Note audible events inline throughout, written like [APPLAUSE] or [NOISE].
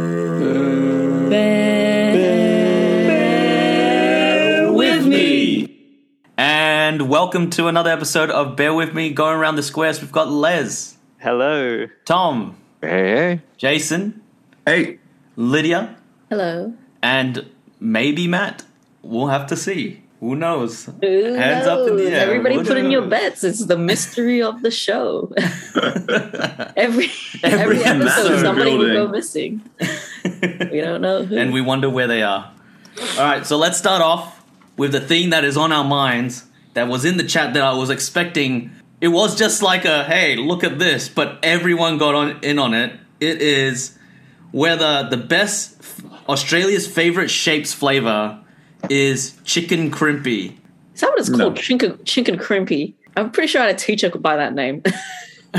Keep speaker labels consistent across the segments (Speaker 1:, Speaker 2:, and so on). Speaker 1: Burn.
Speaker 2: with me. And welcome to another episode of Bear With Me. Going around the squares, we've got Les,
Speaker 3: Hello.
Speaker 2: Tom,
Speaker 4: Hey,
Speaker 2: Jason,
Speaker 1: Hey,
Speaker 2: Lydia,
Speaker 5: Hello.
Speaker 2: and maybe Matt. We'll have to see. Who knows?
Speaker 5: Who
Speaker 2: Hands up in the
Speaker 5: knows?
Speaker 2: air.
Speaker 5: Everybody
Speaker 2: Who
Speaker 5: put in
Speaker 2: knows?
Speaker 5: your bets. It's the mystery of the
Speaker 2: [LAUGHS]
Speaker 5: show.
Speaker 4: [LAUGHS]
Speaker 5: [LAUGHS] every
Speaker 2: Every
Speaker 5: every,
Speaker 2: episode
Speaker 5: episode, somebody will
Speaker 1: building.
Speaker 5: go missing. we don't know who.
Speaker 2: and we wonder where they are. All right, so let's start off with the thing that is on our minds that was in the chat that I was expecting. It was just like a hey, look at this, but everyone got on in on it. It is whether the best Australia's favorite shapes flavor is chicken crimpy.
Speaker 5: Someone is
Speaker 1: No.
Speaker 5: called Chink, Chink and Crimpy. I'm pretty sure I had a teacher by that name.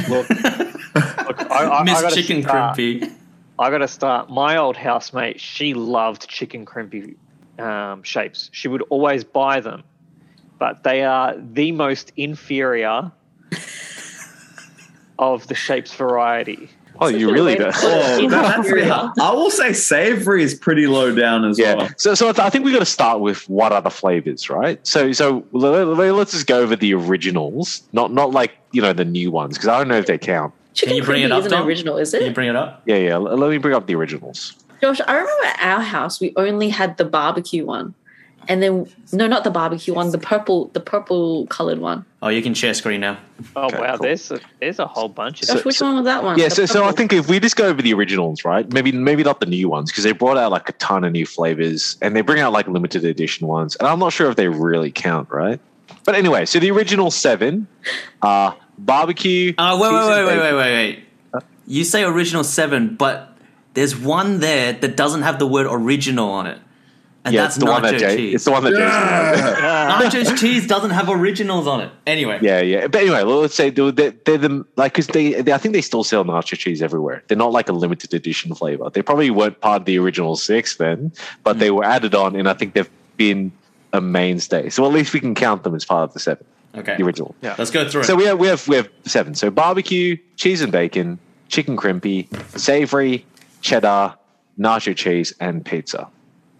Speaker 3: Look, look I, I, I
Speaker 2: Miss
Speaker 3: gotta uh,
Speaker 2: Chicken
Speaker 3: start,
Speaker 2: Crimpy.
Speaker 3: I got to start. My old housemate, she loved chicken crimpy um, shapes. She would always buy them, but they are the most
Speaker 4: [LAUGHS]
Speaker 3: inferior of the shapes variety.
Speaker 4: oh,
Speaker 5: [LAUGHS]
Speaker 4: you really do.
Speaker 1: oh, that- that's- I will say savory is pretty low down as
Speaker 4: [LAUGHS] Yeah.
Speaker 1: well.
Speaker 4: So, so I think we got to start with what are the flavors, right? So, so let- let- let's just go over the originals, not not like you know the new ones, because I don't know if they count.
Speaker 5: Chicken
Speaker 2: you bring
Speaker 5: Crimpy
Speaker 2: it up,
Speaker 5: isn't
Speaker 2: Dom?
Speaker 5: original, is
Speaker 2: Can you
Speaker 5: it?
Speaker 2: bring it up?
Speaker 4: Yeah, yeah. Let let me bring up the originals.
Speaker 5: Josh, I remember at our house we only had the barbecue one. And then no, not the barbecue one, the purple the purple coloured one.
Speaker 2: Oh, you can share screen now.
Speaker 3: Oh
Speaker 4: Okay,
Speaker 3: wow,
Speaker 4: cool.
Speaker 3: there's a, there's a whole bunch
Speaker 5: Josh,
Speaker 3: of
Speaker 4: So-
Speaker 3: them.
Speaker 5: which one was that one?
Speaker 4: Yeah,
Speaker 5: The
Speaker 4: so, so I
Speaker 5: purple.
Speaker 4: think if we just go over the originals, right? Maybe maybe not the new ones because they brought out like a ton of new flavors and they bring out like limited edition ones, and I'm not sure if they really count, right? But anyway, so the original seven are barbecue.
Speaker 2: Uh, wait, wait,
Speaker 4: cheese
Speaker 2: wait,
Speaker 4: and
Speaker 2: wait,
Speaker 4: bacon.
Speaker 2: wait, wait, wait. You say original seven, but there's one there that doesn't have the word original on it, and
Speaker 4: Yeah,
Speaker 2: that's
Speaker 4: it's the one that
Speaker 2: nacho
Speaker 4: Jay.
Speaker 2: cheese.
Speaker 4: It's the one that Jay's
Speaker 2: nacho cheese doesn't have originals on it. Anyway,
Speaker 4: Yeah, yeah. But anyway, well, let's say they're, they're, they're the like because they, they I think they still sell nacho cheese everywhere. They're not like a limited edition flavor. They probably weren't part of the original six then, but they were added on, and I think they've been a mainstay. So at least we can count them as part of the seven,
Speaker 2: okay,
Speaker 4: the original.
Speaker 3: Yeah.
Speaker 2: let's go through it.
Speaker 4: So we have we have we have seven. So barbecue, cheese and bacon, chicken crimpy, savory, cheddar, nacho cheese, and pizza.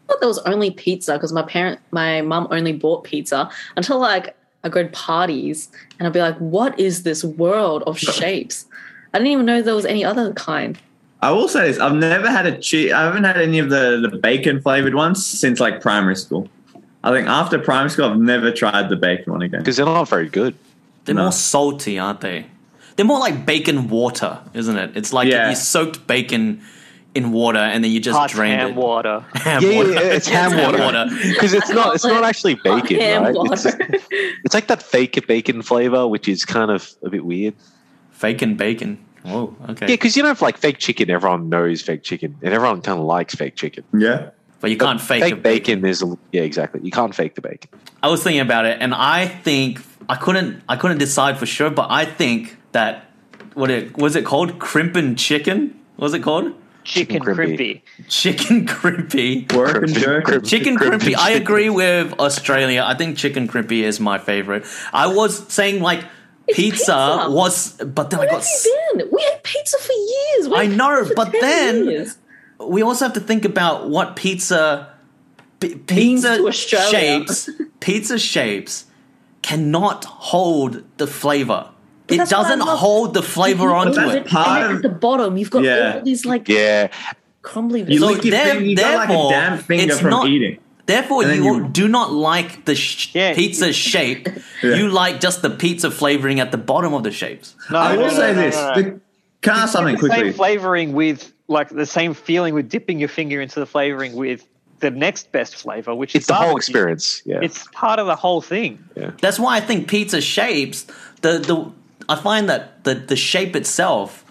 Speaker 5: thought there was only pizza because my parent, my mum only bought pizza until like I go to parties and I'd be like, what is this world
Speaker 4: [LAUGHS]
Speaker 5: of shapes? I didn't even know there was any other kind.
Speaker 1: I will say this: I've never had a cheese. I haven't had any of the the bacon flavored ones since like primary school. I think after primary school, I've never tried the bacon one again.
Speaker 4: Because they're not very good.
Speaker 2: they're
Speaker 1: no.
Speaker 2: more salty, aren't they? They're more like bacon water, isn't it? It's like
Speaker 1: Yeah.
Speaker 2: you soaked bacon in water and then you just
Speaker 3: Hot
Speaker 2: drained
Speaker 3: ham
Speaker 2: it.
Speaker 3: water.
Speaker 2: [LAUGHS] Ham
Speaker 4: Yeah, yeah,
Speaker 2: water.
Speaker 4: yeah, it's ham water. Because it's not it's not actually bacon,
Speaker 5: Ham
Speaker 4: right? [LAUGHS] It's
Speaker 5: water.
Speaker 4: just- It's like that fake bacon flavor, which is kind of a bit weird.
Speaker 2: Fake and bacon. Whoa, okay.
Speaker 4: Yeah, because you know, if like fake chicken, everyone knows fake chicken, and everyone kind of likes fake chicken.
Speaker 1: Yeah,
Speaker 2: but you can't fake,
Speaker 4: uh, Fake
Speaker 2: a
Speaker 4: bacon, is yeah, exactly. You can't fake the bacon.
Speaker 2: I was thinking about it, and I think I couldn't I couldn't decide for sure, but I think that what it was it called crimpin chicken? What was it called
Speaker 4: [LAUGHS]
Speaker 3: Chicken
Speaker 4: Chicken crimpy.
Speaker 3: crimpy.
Speaker 2: chicken [LAUGHS] crimpy?
Speaker 1: work and jerk.
Speaker 2: Chicken crimpy. I agree with Australia. I think chicken crimpy is my favorite. I was saying like pizza,
Speaker 5: pizza.
Speaker 2: was, but then I
Speaker 5: Where
Speaker 2: got
Speaker 5: have you been? We had pizza for years. We
Speaker 2: I
Speaker 5: had
Speaker 2: know,
Speaker 5: pizza for
Speaker 2: but
Speaker 5: 10
Speaker 2: then-
Speaker 5: years.
Speaker 2: we also have to think about what pizza p- pizza
Speaker 5: to Australia. [LAUGHS]
Speaker 2: shapes pizza shapes cannot hold the flavor. It
Speaker 5: that's what I
Speaker 2: doesn't
Speaker 5: love.
Speaker 2: hold the
Speaker 5: [LAUGHS]
Speaker 2: flavor onto
Speaker 1: that's
Speaker 5: And
Speaker 2: it.
Speaker 5: then
Speaker 1: part of-
Speaker 5: at the bottom, you've got
Speaker 1: Yeah.
Speaker 5: all these like
Speaker 4: Yeah,
Speaker 5: crumbly.
Speaker 1: You
Speaker 2: So
Speaker 1: lick your
Speaker 2: there-
Speaker 1: finger, you got like a
Speaker 2: therefore,
Speaker 1: damn finger
Speaker 2: it's
Speaker 1: from
Speaker 2: not-
Speaker 1: eating.
Speaker 2: Therefore,
Speaker 1: And then
Speaker 2: you,
Speaker 1: you-
Speaker 2: do not like the sh-
Speaker 3: Yeah.
Speaker 2: pizza
Speaker 5: [LAUGHS]
Speaker 2: shape. You like just the pizza flavoring at the bottom of the shapes.
Speaker 3: No,
Speaker 1: I
Speaker 3: no,
Speaker 1: will
Speaker 3: no,
Speaker 1: say
Speaker 3: no, no,
Speaker 1: this:
Speaker 3: no.
Speaker 1: the, can I ask something
Speaker 3: the
Speaker 1: quickly?
Speaker 3: same flavoring with like the same feeling with dipping your finger into the flavoring with the next best flavor, which
Speaker 4: it's
Speaker 3: is
Speaker 4: the whole
Speaker 3: barbecue.
Speaker 4: experience. Yeah,
Speaker 3: It's part of the whole thing.
Speaker 2: That's why I think pizza shapes the the I find that the the shape itself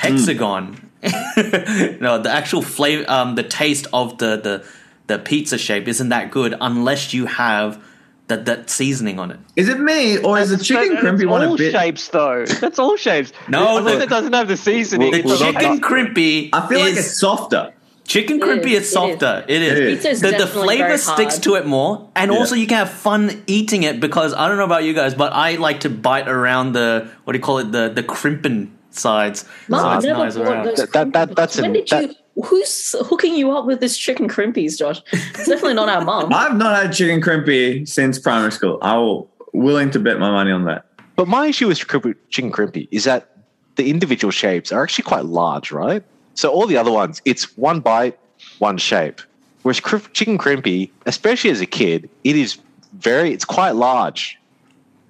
Speaker 2: hexagon.
Speaker 1: Mm.
Speaker 2: [LAUGHS] no, the actual flavor, um, the taste of the the the pizza shape isn't that good unless you have that that seasoning on it.
Speaker 1: Is it me or is the chicken
Speaker 3: But it's
Speaker 1: crimpy one
Speaker 3: all
Speaker 1: a bit?
Speaker 3: shapes though. That's all shapes.
Speaker 2: No,
Speaker 3: I mean,
Speaker 2: the-
Speaker 3: it doesn't have the seasoning.
Speaker 2: The
Speaker 4: Well, well,
Speaker 2: chicken
Speaker 4: that's-
Speaker 2: crimpy.
Speaker 1: I feel
Speaker 2: is,
Speaker 1: like it's softer.
Speaker 2: chicken
Speaker 5: It
Speaker 2: crimpy
Speaker 5: is,
Speaker 2: is
Speaker 5: it
Speaker 2: softer. It is.
Speaker 1: It is.
Speaker 5: Pizza is
Speaker 2: The, the
Speaker 5: definitely
Speaker 2: flavor
Speaker 5: very hard.
Speaker 2: sticks to it more, and
Speaker 1: Yeah.
Speaker 2: also you can have fun eating it because I don't know about you guys, but I like to bite around the what do you call it the the crimpin sides.
Speaker 5: Mum,
Speaker 2: So
Speaker 5: I
Speaker 2: it's
Speaker 5: never
Speaker 2: nice
Speaker 5: bought
Speaker 2: around.
Speaker 5: those
Speaker 4: That- that- that-
Speaker 5: crumbly
Speaker 4: that's
Speaker 5: When
Speaker 4: an-
Speaker 5: did
Speaker 4: that-
Speaker 5: you? who's hooking you up with this chicken crimpies, Josh? It's definitely not our
Speaker 4: [LAUGHS]
Speaker 5: mum.
Speaker 1: I've not had chicken crimpy since primary school. I will willing to bet my money on that.
Speaker 4: But my issue with crimp- chicken crimpy is that the individual shapes are actually quite large, right? So all the other ones, it's one bite, one shape. Whereas crimp- chicken crimpy, especially as a kid, it is very, it's quite large,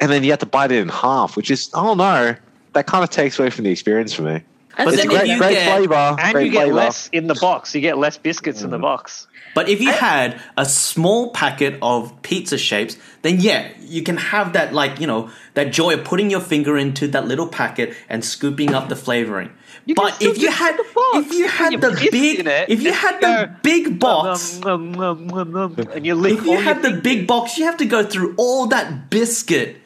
Speaker 4: and then you have to bite it in half, which is, I don't know, that kind of takes away from the experience for me.
Speaker 5: I
Speaker 2: But
Speaker 4: It's
Speaker 5: think
Speaker 2: then
Speaker 5: we-
Speaker 2: if
Speaker 4: great,
Speaker 2: you
Speaker 4: great
Speaker 2: get-
Speaker 4: flavor,
Speaker 3: And
Speaker 4: great
Speaker 3: you get
Speaker 4: flavor.
Speaker 3: less in the box. You get less biscuits in the box.
Speaker 2: But if you had a small packet of pizza shapes, then yeah, you can have that like, you know, that joy of putting your finger into that little packet and scooping up the flavoring.
Speaker 3: can
Speaker 2: but
Speaker 3: still
Speaker 2: if you
Speaker 3: just
Speaker 2: had
Speaker 3: put the box
Speaker 2: if you
Speaker 3: and
Speaker 2: had
Speaker 3: your
Speaker 2: the
Speaker 3: biscuit
Speaker 2: big
Speaker 3: in it
Speaker 2: if you
Speaker 3: and
Speaker 2: had
Speaker 3: go,
Speaker 2: the big box
Speaker 3: Nom, nom, nom, nom, nom, and you lick
Speaker 2: if you
Speaker 3: all
Speaker 2: had the
Speaker 3: your
Speaker 2: big box, you have to go through all that biscuit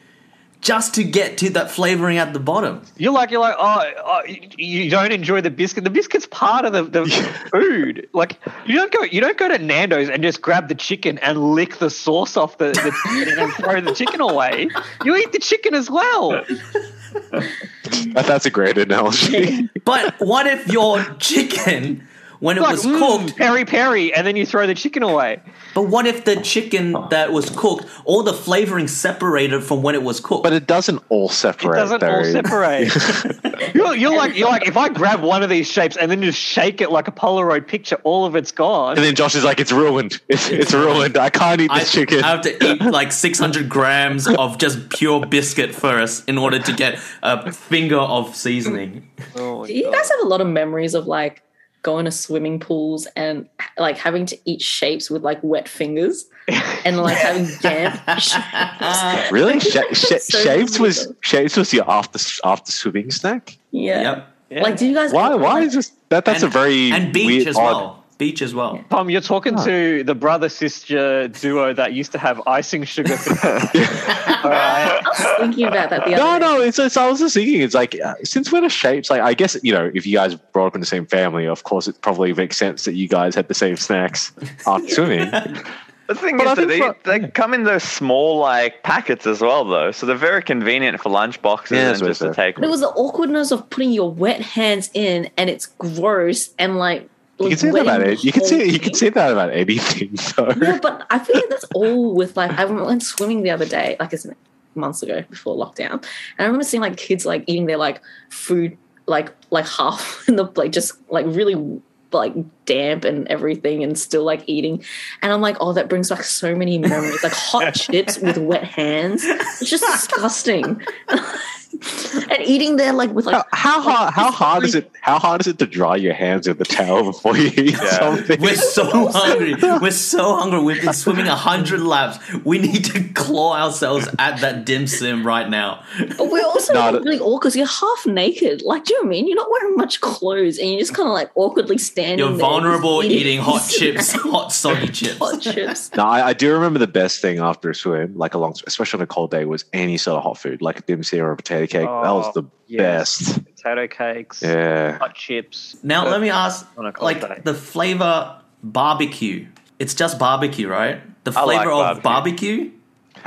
Speaker 2: just to get to that flavoring at the bottom.
Speaker 3: You're like you're like oh, oh you- you don't enjoy the biscuit. The biscuit's part of
Speaker 2: [LAUGHS]
Speaker 3: the, the food. Like you don't go you don't go to Nando's and just grab the chicken and lick the sauce off the, the chicken and then throw the chicken away. You eat the chicken as well.
Speaker 4: That's a great
Speaker 3: [LAUGHS]
Speaker 4: analogy.
Speaker 2: But what if
Speaker 4: [LAUGHS]
Speaker 2: your chicken, when it
Speaker 3: Like
Speaker 2: was
Speaker 3: mm,
Speaker 2: cooked,
Speaker 3: peri peri, and then you throw the chicken away.
Speaker 2: But what if the chicken that was cooked, all the flavoring separated from when it was cooked?
Speaker 4: but it doesn't all
Speaker 3: It
Speaker 4: separate.
Speaker 3: doesn't all
Speaker 4: though.
Speaker 3: separate. you're, you're like you're like if I grab one of these shapes and then just shake it like a Polaroid picture, all of it's gone.
Speaker 4: And then Josh is like, "It's ruined. [LAUGHS] It's, it's ruined. I can't eat
Speaker 2: I,
Speaker 4: this chicken."
Speaker 2: I have to
Speaker 4: [LAUGHS]
Speaker 2: eat like 600 grams of just pure biscuit first in order to get a finger of seasoning.
Speaker 3: Oh my
Speaker 5: Do you
Speaker 3: God.
Speaker 5: guys have a lot of memories of like going to swimming pools and like having to eat shapes with like wet fingers and like having damp shapes?
Speaker 4: really? Sha- sha-
Speaker 5: [LAUGHS] So
Speaker 4: shapes was
Speaker 5: difficult.
Speaker 4: shapes was your after after swimming snack.
Speaker 5: Yeah.
Speaker 2: Yep.
Speaker 3: Yeah.
Speaker 5: Like, do you guys?
Speaker 4: Why? Why is this? That that's
Speaker 2: And-
Speaker 4: a very
Speaker 2: and beach
Speaker 4: weird,
Speaker 2: as
Speaker 4: odd-
Speaker 2: well. Beach as well.
Speaker 3: Tom, you're talking to the brother sister duo that used to have icing [LAUGHS] sugar. All right.
Speaker 5: I was thinking about that the
Speaker 4: No,
Speaker 5: other day.
Speaker 4: no. It's, it's I was just thinking. It's like uh, since when are shapes? Like I guess you know if you guys brought up in the same family, of course it probably makes sense that you guys had the same
Speaker 2: [LAUGHS]
Speaker 4: snacks after swimming.
Speaker 6: The thing
Speaker 4: But I
Speaker 6: is that
Speaker 4: think
Speaker 6: they,
Speaker 4: for-
Speaker 6: they come in those small like packets as well, though, so they're very convenient for lunch boxes
Speaker 4: Yeah, that's
Speaker 6: and
Speaker 4: what I
Speaker 6: just to
Speaker 4: said.
Speaker 6: take.
Speaker 5: But it was the awkwardness of putting your wet hands in and it's gross and like.
Speaker 4: You can say that about it. You can say you can say that about anything. [LAUGHS] So
Speaker 5: Yeah, but I feel like that's all with like I went swimming the other day, like it's months ago before lockdown, and I remember seeing like kids like eating their like food like like [LAUGHS] half in the like just like really like damp and everything and still like eating and i'm like oh that brings back so many memories like hot chips with wet hands it's just disgusting [LAUGHS] and eating there like with like
Speaker 4: How, how hard? How hard is it? How hard is it to dry your hands with the towel before you eat
Speaker 6: Yeah.
Speaker 2: [LAUGHS]
Speaker 4: something?
Speaker 2: We're so hungry. We're so hungry. We've been swimming 100 laps. We need to claw ourselves at that dim sim right now.
Speaker 5: But we're also
Speaker 4: No,
Speaker 5: like, really awkward. 'cause You're half naked. Like, do you know what I mean you're not wearing much clothes and you're just kind of like awkwardly standing?
Speaker 2: You're
Speaker 5: there
Speaker 2: vulnerable
Speaker 5: just
Speaker 2: eating [LAUGHS]
Speaker 5: [LAUGHS]
Speaker 2: hot chips,
Speaker 5: snacks.
Speaker 2: hot soggy chips.
Speaker 5: hot chips.
Speaker 4: No, I, I do remember the best thing after a swim, like a long, especially on a cold day, was any sort of hot food, like a dim sum or a potato cake. that was the
Speaker 3: Oh, yes.
Speaker 4: best.
Speaker 3: Potato cakes,
Speaker 4: Yeah.
Speaker 3: hot chips.
Speaker 2: Now
Speaker 3: Uh,
Speaker 2: let me ask,
Speaker 3: on a cold
Speaker 2: like
Speaker 3: day.
Speaker 2: the flavor barbecue. It's just barbecue, right? The
Speaker 6: I like
Speaker 2: flavor of barbecue.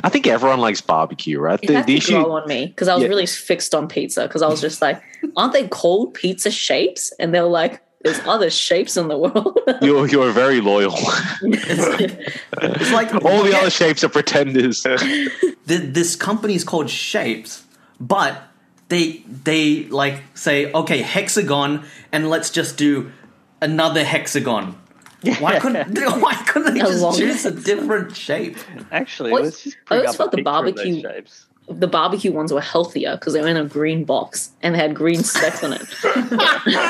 Speaker 4: I think everyone likes barbecue, right?
Speaker 5: It
Speaker 4: The,
Speaker 5: had
Speaker 4: the
Speaker 5: to
Speaker 4: issue,
Speaker 5: grow on me because I was
Speaker 4: Yeah.
Speaker 5: really fixed on pizza because I was just like, aren't they called pizza shapes? And they were like, there's other shapes in the world. [LAUGHS]
Speaker 4: you're, you're very loyal. [LAUGHS]
Speaker 5: it's
Speaker 2: It's like
Speaker 4: All the other shapes are
Speaker 5: [LAUGHS]
Speaker 4: pretenders.
Speaker 2: th- this company is called Shapes, but they they like say okay hexagon and let's just do another hexagon. Why
Speaker 5: [LAUGHS]
Speaker 2: couldn't [LAUGHS] why couldn't they
Speaker 5: A long
Speaker 2: just choose a
Speaker 5: hexagon.
Speaker 2: different shape?
Speaker 3: [LAUGHS] Actually,
Speaker 5: What-
Speaker 3: let's just
Speaker 5: I
Speaker 3: bring
Speaker 5: always
Speaker 3: up a
Speaker 5: felt the
Speaker 3: picture of those
Speaker 5: barbecue-
Speaker 3: shapes.
Speaker 5: the barbecue ones were healthier because they were in a green box and they had green specks on it.
Speaker 2: [LAUGHS]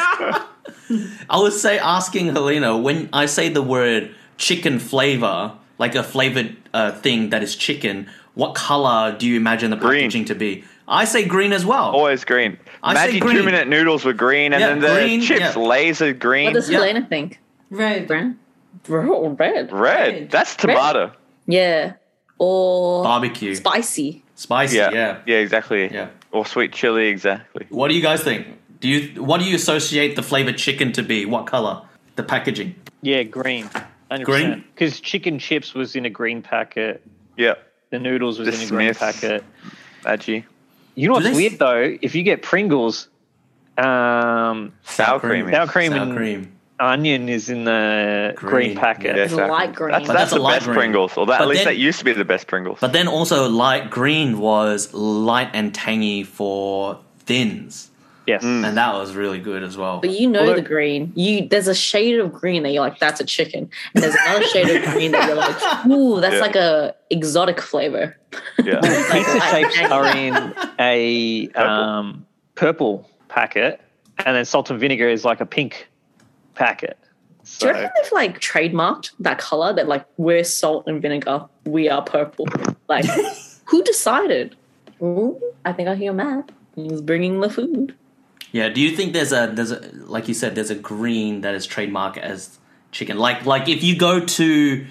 Speaker 2: I would say asking Helena when I say the word chicken flavor, like a flavored uh, thing that is chicken. What color do you imagine the
Speaker 6: Green. Oh.
Speaker 2: packaging to be? I say green as well.
Speaker 6: Always green.
Speaker 2: I say
Speaker 6: Maggie
Speaker 2: green.
Speaker 6: two-minute noodles were green, and
Speaker 2: Yeah,
Speaker 6: then the
Speaker 2: green,
Speaker 6: chips
Speaker 2: yeah.
Speaker 6: laser
Speaker 5: What
Speaker 6: green,
Speaker 5: does
Speaker 2: Yeah.
Speaker 5: Helena think?
Speaker 7: Red.
Speaker 5: Brown? Bro, red.
Speaker 6: red. That's tomato.
Speaker 5: Yeah. Or
Speaker 2: Barbecue,
Speaker 5: spicy.
Speaker 2: spicy,
Speaker 6: Yeah.
Speaker 2: yeah.
Speaker 6: yeah, exactly.
Speaker 2: Yeah.
Speaker 6: Or sweet chili, exactly.
Speaker 2: What do you guys think? Do you what do you associate the flavored chicken to be? What color? The packaging.
Speaker 3: Yeah, green. 100%.
Speaker 2: Green?
Speaker 3: Because chicken chips was in a green packet.
Speaker 6: Yeah,
Speaker 3: The noodles was in a green
Speaker 6: Dismiss.
Speaker 3: packet.
Speaker 6: Maggie.
Speaker 3: You know
Speaker 2: Do
Speaker 3: what's
Speaker 2: they-
Speaker 3: weird though? If you get Pringles, um,
Speaker 6: Sour cream.
Speaker 3: sour cream
Speaker 2: Sour
Speaker 3: and
Speaker 2: cream.
Speaker 3: onion is in the green,
Speaker 2: Green,
Speaker 3: packet.
Speaker 6: Yeah,
Speaker 5: It's a light
Speaker 6: exactly.
Speaker 5: green.
Speaker 6: That's,
Speaker 5: But
Speaker 6: that's,
Speaker 2: that's a
Speaker 6: the
Speaker 2: light
Speaker 6: best
Speaker 2: green.
Speaker 6: Pringles, or that,
Speaker 2: But
Speaker 6: at least
Speaker 2: then-
Speaker 6: that used to be the best Pringles.
Speaker 2: But then also light green was light and tangy for thins,
Speaker 3: Yes.
Speaker 2: and that was really good as well.
Speaker 5: But you know
Speaker 3: Although-
Speaker 5: the green. You there's a shade of green that you're like, that's a chicken. And there's another shade of green that you're
Speaker 6: [LAUGHS]
Speaker 5: like, ooh, that's
Speaker 6: Yeah.
Speaker 5: like a exotic flavor.
Speaker 6: yeah.
Speaker 2: [LAUGHS]
Speaker 5: [LAUGHS]
Speaker 3: [LAUGHS] Pizza
Speaker 5: I-
Speaker 3: shapes
Speaker 5: I-
Speaker 3: are in a um, purple packet, and then salt and vinegar is like a pink packet.
Speaker 5: Do
Speaker 3: So
Speaker 5: you reckon they've like trademarked that color that like we're salt and vinegar, we are purple?
Speaker 6: [LAUGHS]
Speaker 5: Like, who decided? Ooh, I think I hear Matt. He's bringing the food.
Speaker 2: yeah, do you think there's a there's a like you said there's a green that is trademarked as chicken? Like like if you go to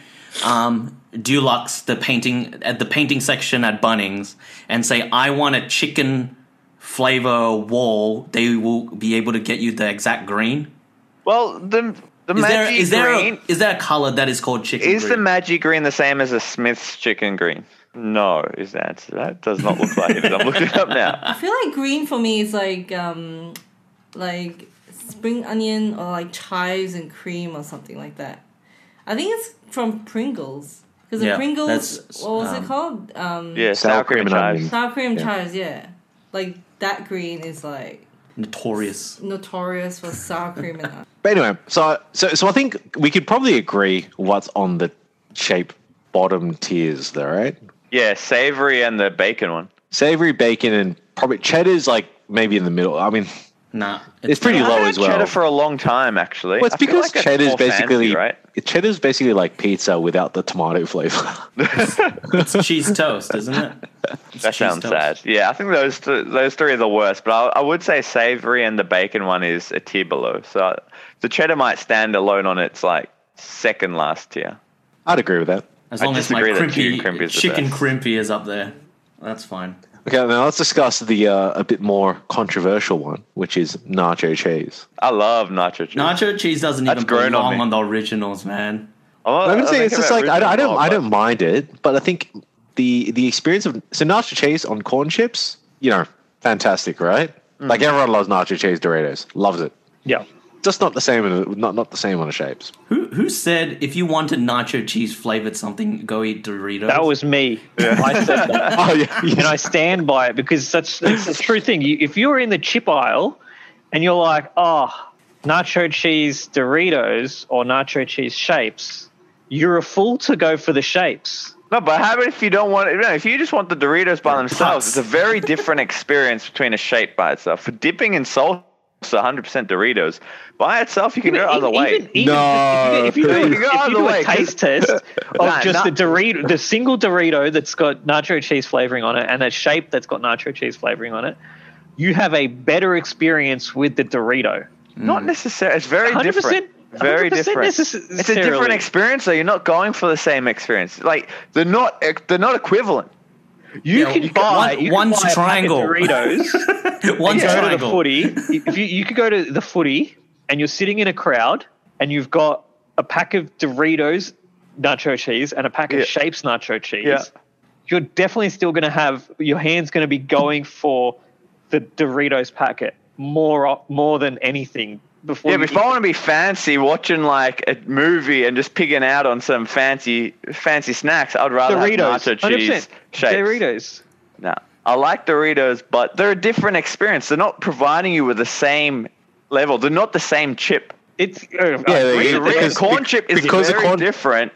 Speaker 2: um Dulux the painting at the painting section at Bunnings and say I want a chicken flavor wall, they will be able to get you the exact green.
Speaker 6: well, the the
Speaker 2: Is there
Speaker 6: magic
Speaker 2: is there
Speaker 6: green
Speaker 2: a, is there a color that is called chicken?
Speaker 6: Is the
Speaker 2: green?
Speaker 6: magic green the same as a Smith's chicken green? No, is the answer. That does not look like it. I'm looking it up now. [LAUGHS]
Speaker 7: I feel like green for me is like um like spring onion or like chives and cream or something like that. I think it's from Pringles because the
Speaker 2: Yeah,
Speaker 7: Pringles
Speaker 2: that's,
Speaker 7: what was
Speaker 2: um,
Speaker 7: it called? Um,
Speaker 6: Yeah, sour, cream and chives.
Speaker 7: sour cream
Speaker 4: Yeah.
Speaker 7: chives. Yeah, like that green is like
Speaker 2: notorious?
Speaker 7: notorious for sour cream and onion.
Speaker 4: But anyway, so so so I think we could probably agree what's on the shape bottom tiers, though, right?
Speaker 6: Yeah, savory and the bacon one.
Speaker 4: Savory bacon and probably cheddar's like maybe in the middle. I mean,
Speaker 2: Nah,
Speaker 4: it's pretty
Speaker 6: I've
Speaker 4: low
Speaker 6: had
Speaker 4: as well.
Speaker 6: cheddar for a long time, actually.
Speaker 4: well, it's
Speaker 6: I feel
Speaker 4: because
Speaker 6: like that's
Speaker 4: cheddar's
Speaker 6: more fancy,
Speaker 4: basically
Speaker 6: right.
Speaker 4: cheddar's basically like pizza without the tomato flavor. [LAUGHS]
Speaker 2: It's cheese toast, isn't it?
Speaker 6: [LAUGHS]
Speaker 2: It's
Speaker 6: That
Speaker 2: cheese
Speaker 6: sounds
Speaker 2: toast.
Speaker 6: sad. Yeah, I think those two, those three are the worst. But I, I would say savory and the bacon one is a tier below. So uh, the cheddar might stand alone on its like second last tier.
Speaker 4: I'd agree with that.
Speaker 2: As
Speaker 6: I
Speaker 2: long as my
Speaker 6: disagree that
Speaker 2: crimpy,
Speaker 6: chicken crimpy is the
Speaker 2: chicken
Speaker 6: best.
Speaker 2: crimpy is up there, that's fine.
Speaker 4: Okay, now let's discuss the uh, a bit more controversial one, which is nacho cheese.
Speaker 6: I love nacho cheese.
Speaker 2: Nacho cheese doesn't
Speaker 6: That's
Speaker 2: even
Speaker 6: grown on
Speaker 2: belong
Speaker 6: me.
Speaker 2: on, the originals, man.
Speaker 6: Oh,
Speaker 4: I would say
Speaker 6: think
Speaker 4: it's just
Speaker 6: about
Speaker 4: like I, I
Speaker 6: original
Speaker 4: don't
Speaker 6: law,
Speaker 4: I
Speaker 6: but-
Speaker 4: don't mind it, but I think the the experience of so nacho cheese on corn chips, you know, fantastic, right? Like everyone loves nacho cheese Doritos, loves it.
Speaker 3: yeah,
Speaker 4: Just not the same, in, not not the same on the shapes.
Speaker 2: Who who said if you wanted nacho cheese flavored something, go eat Doritos?
Speaker 3: that was me. I said that.
Speaker 4: oh [LAUGHS] yeah,
Speaker 3: and I stand by it because that's it's a true thing. You, if you're in the chip aisle and you're like, oh, nacho cheese Doritos or nacho cheese shapes, you're a fool to go for the shapes.
Speaker 6: No, but how about if you don't want? No, if you just want the Doritos by themselves,
Speaker 2: pucks.
Speaker 6: it's a
Speaker 3: [LAUGHS]
Speaker 6: very different experience between a shape by itself. For dipping in salsa, 100% Doritos by itself, you can go either
Speaker 3: Even-
Speaker 6: way.
Speaker 3: even- even
Speaker 4: No.
Speaker 3: if you do, if you do,
Speaker 6: Go
Speaker 3: if
Speaker 6: either
Speaker 3: you do
Speaker 6: way,
Speaker 3: a
Speaker 6: 'cause- [LAUGHS]
Speaker 3: taste test of
Speaker 6: Nah,
Speaker 3: just
Speaker 6: nah.
Speaker 3: the Dorito, the single Dorito that's got nacho cheese flavoring on it, and a shape that's got nacho cheese flavoring on it, you have a better experience with the Dorito. Mm.
Speaker 6: Not necessarily. It's very
Speaker 3: 100%,
Speaker 6: different. Very
Speaker 3: 100%
Speaker 6: different.
Speaker 3: necessarily.
Speaker 6: It's a different experience, so you're not going for the same experience. Like they're not. e, They're not equivalent.
Speaker 3: You
Speaker 2: Yeah,
Speaker 3: can
Speaker 2: you can-
Speaker 3: buy
Speaker 2: one-
Speaker 3: you can
Speaker 2: one's
Speaker 3: buy a pack of
Speaker 2: triangle.
Speaker 6: [LAUGHS]
Speaker 2: [LAUGHS]
Speaker 3: Doritos.
Speaker 2: one
Speaker 3: go to the
Speaker 2: triangle.
Speaker 3: footy. If you, you could go to the footy and you're sitting in a crowd and you've got a pack of Doritos nacho cheese and a pack
Speaker 6: Yeah.
Speaker 3: of Shapes nacho cheese,
Speaker 6: Yeah.
Speaker 3: you're definitely still going to have your hands going to be going for the Doritos packet more o- more than anything before.
Speaker 6: Yeah,
Speaker 3: you
Speaker 6: but if I
Speaker 3: eat-
Speaker 6: want to be fancy, watching like a movie and just picking out on some fancy, fancy snacks, I'd rather
Speaker 3: Doritos,
Speaker 6: have nacho cheese
Speaker 3: 100%
Speaker 6: shapes.
Speaker 3: Doritos.
Speaker 6: No. I like Doritos, but they're a different experience. They're not providing you with the same level. They're not the same chip.
Speaker 3: It's uh, yeah,
Speaker 4: they-
Speaker 6: The
Speaker 4: Because-
Speaker 6: red corn
Speaker 4: be-
Speaker 6: chip is
Speaker 4: because the
Speaker 6: very
Speaker 4: corn-
Speaker 6: different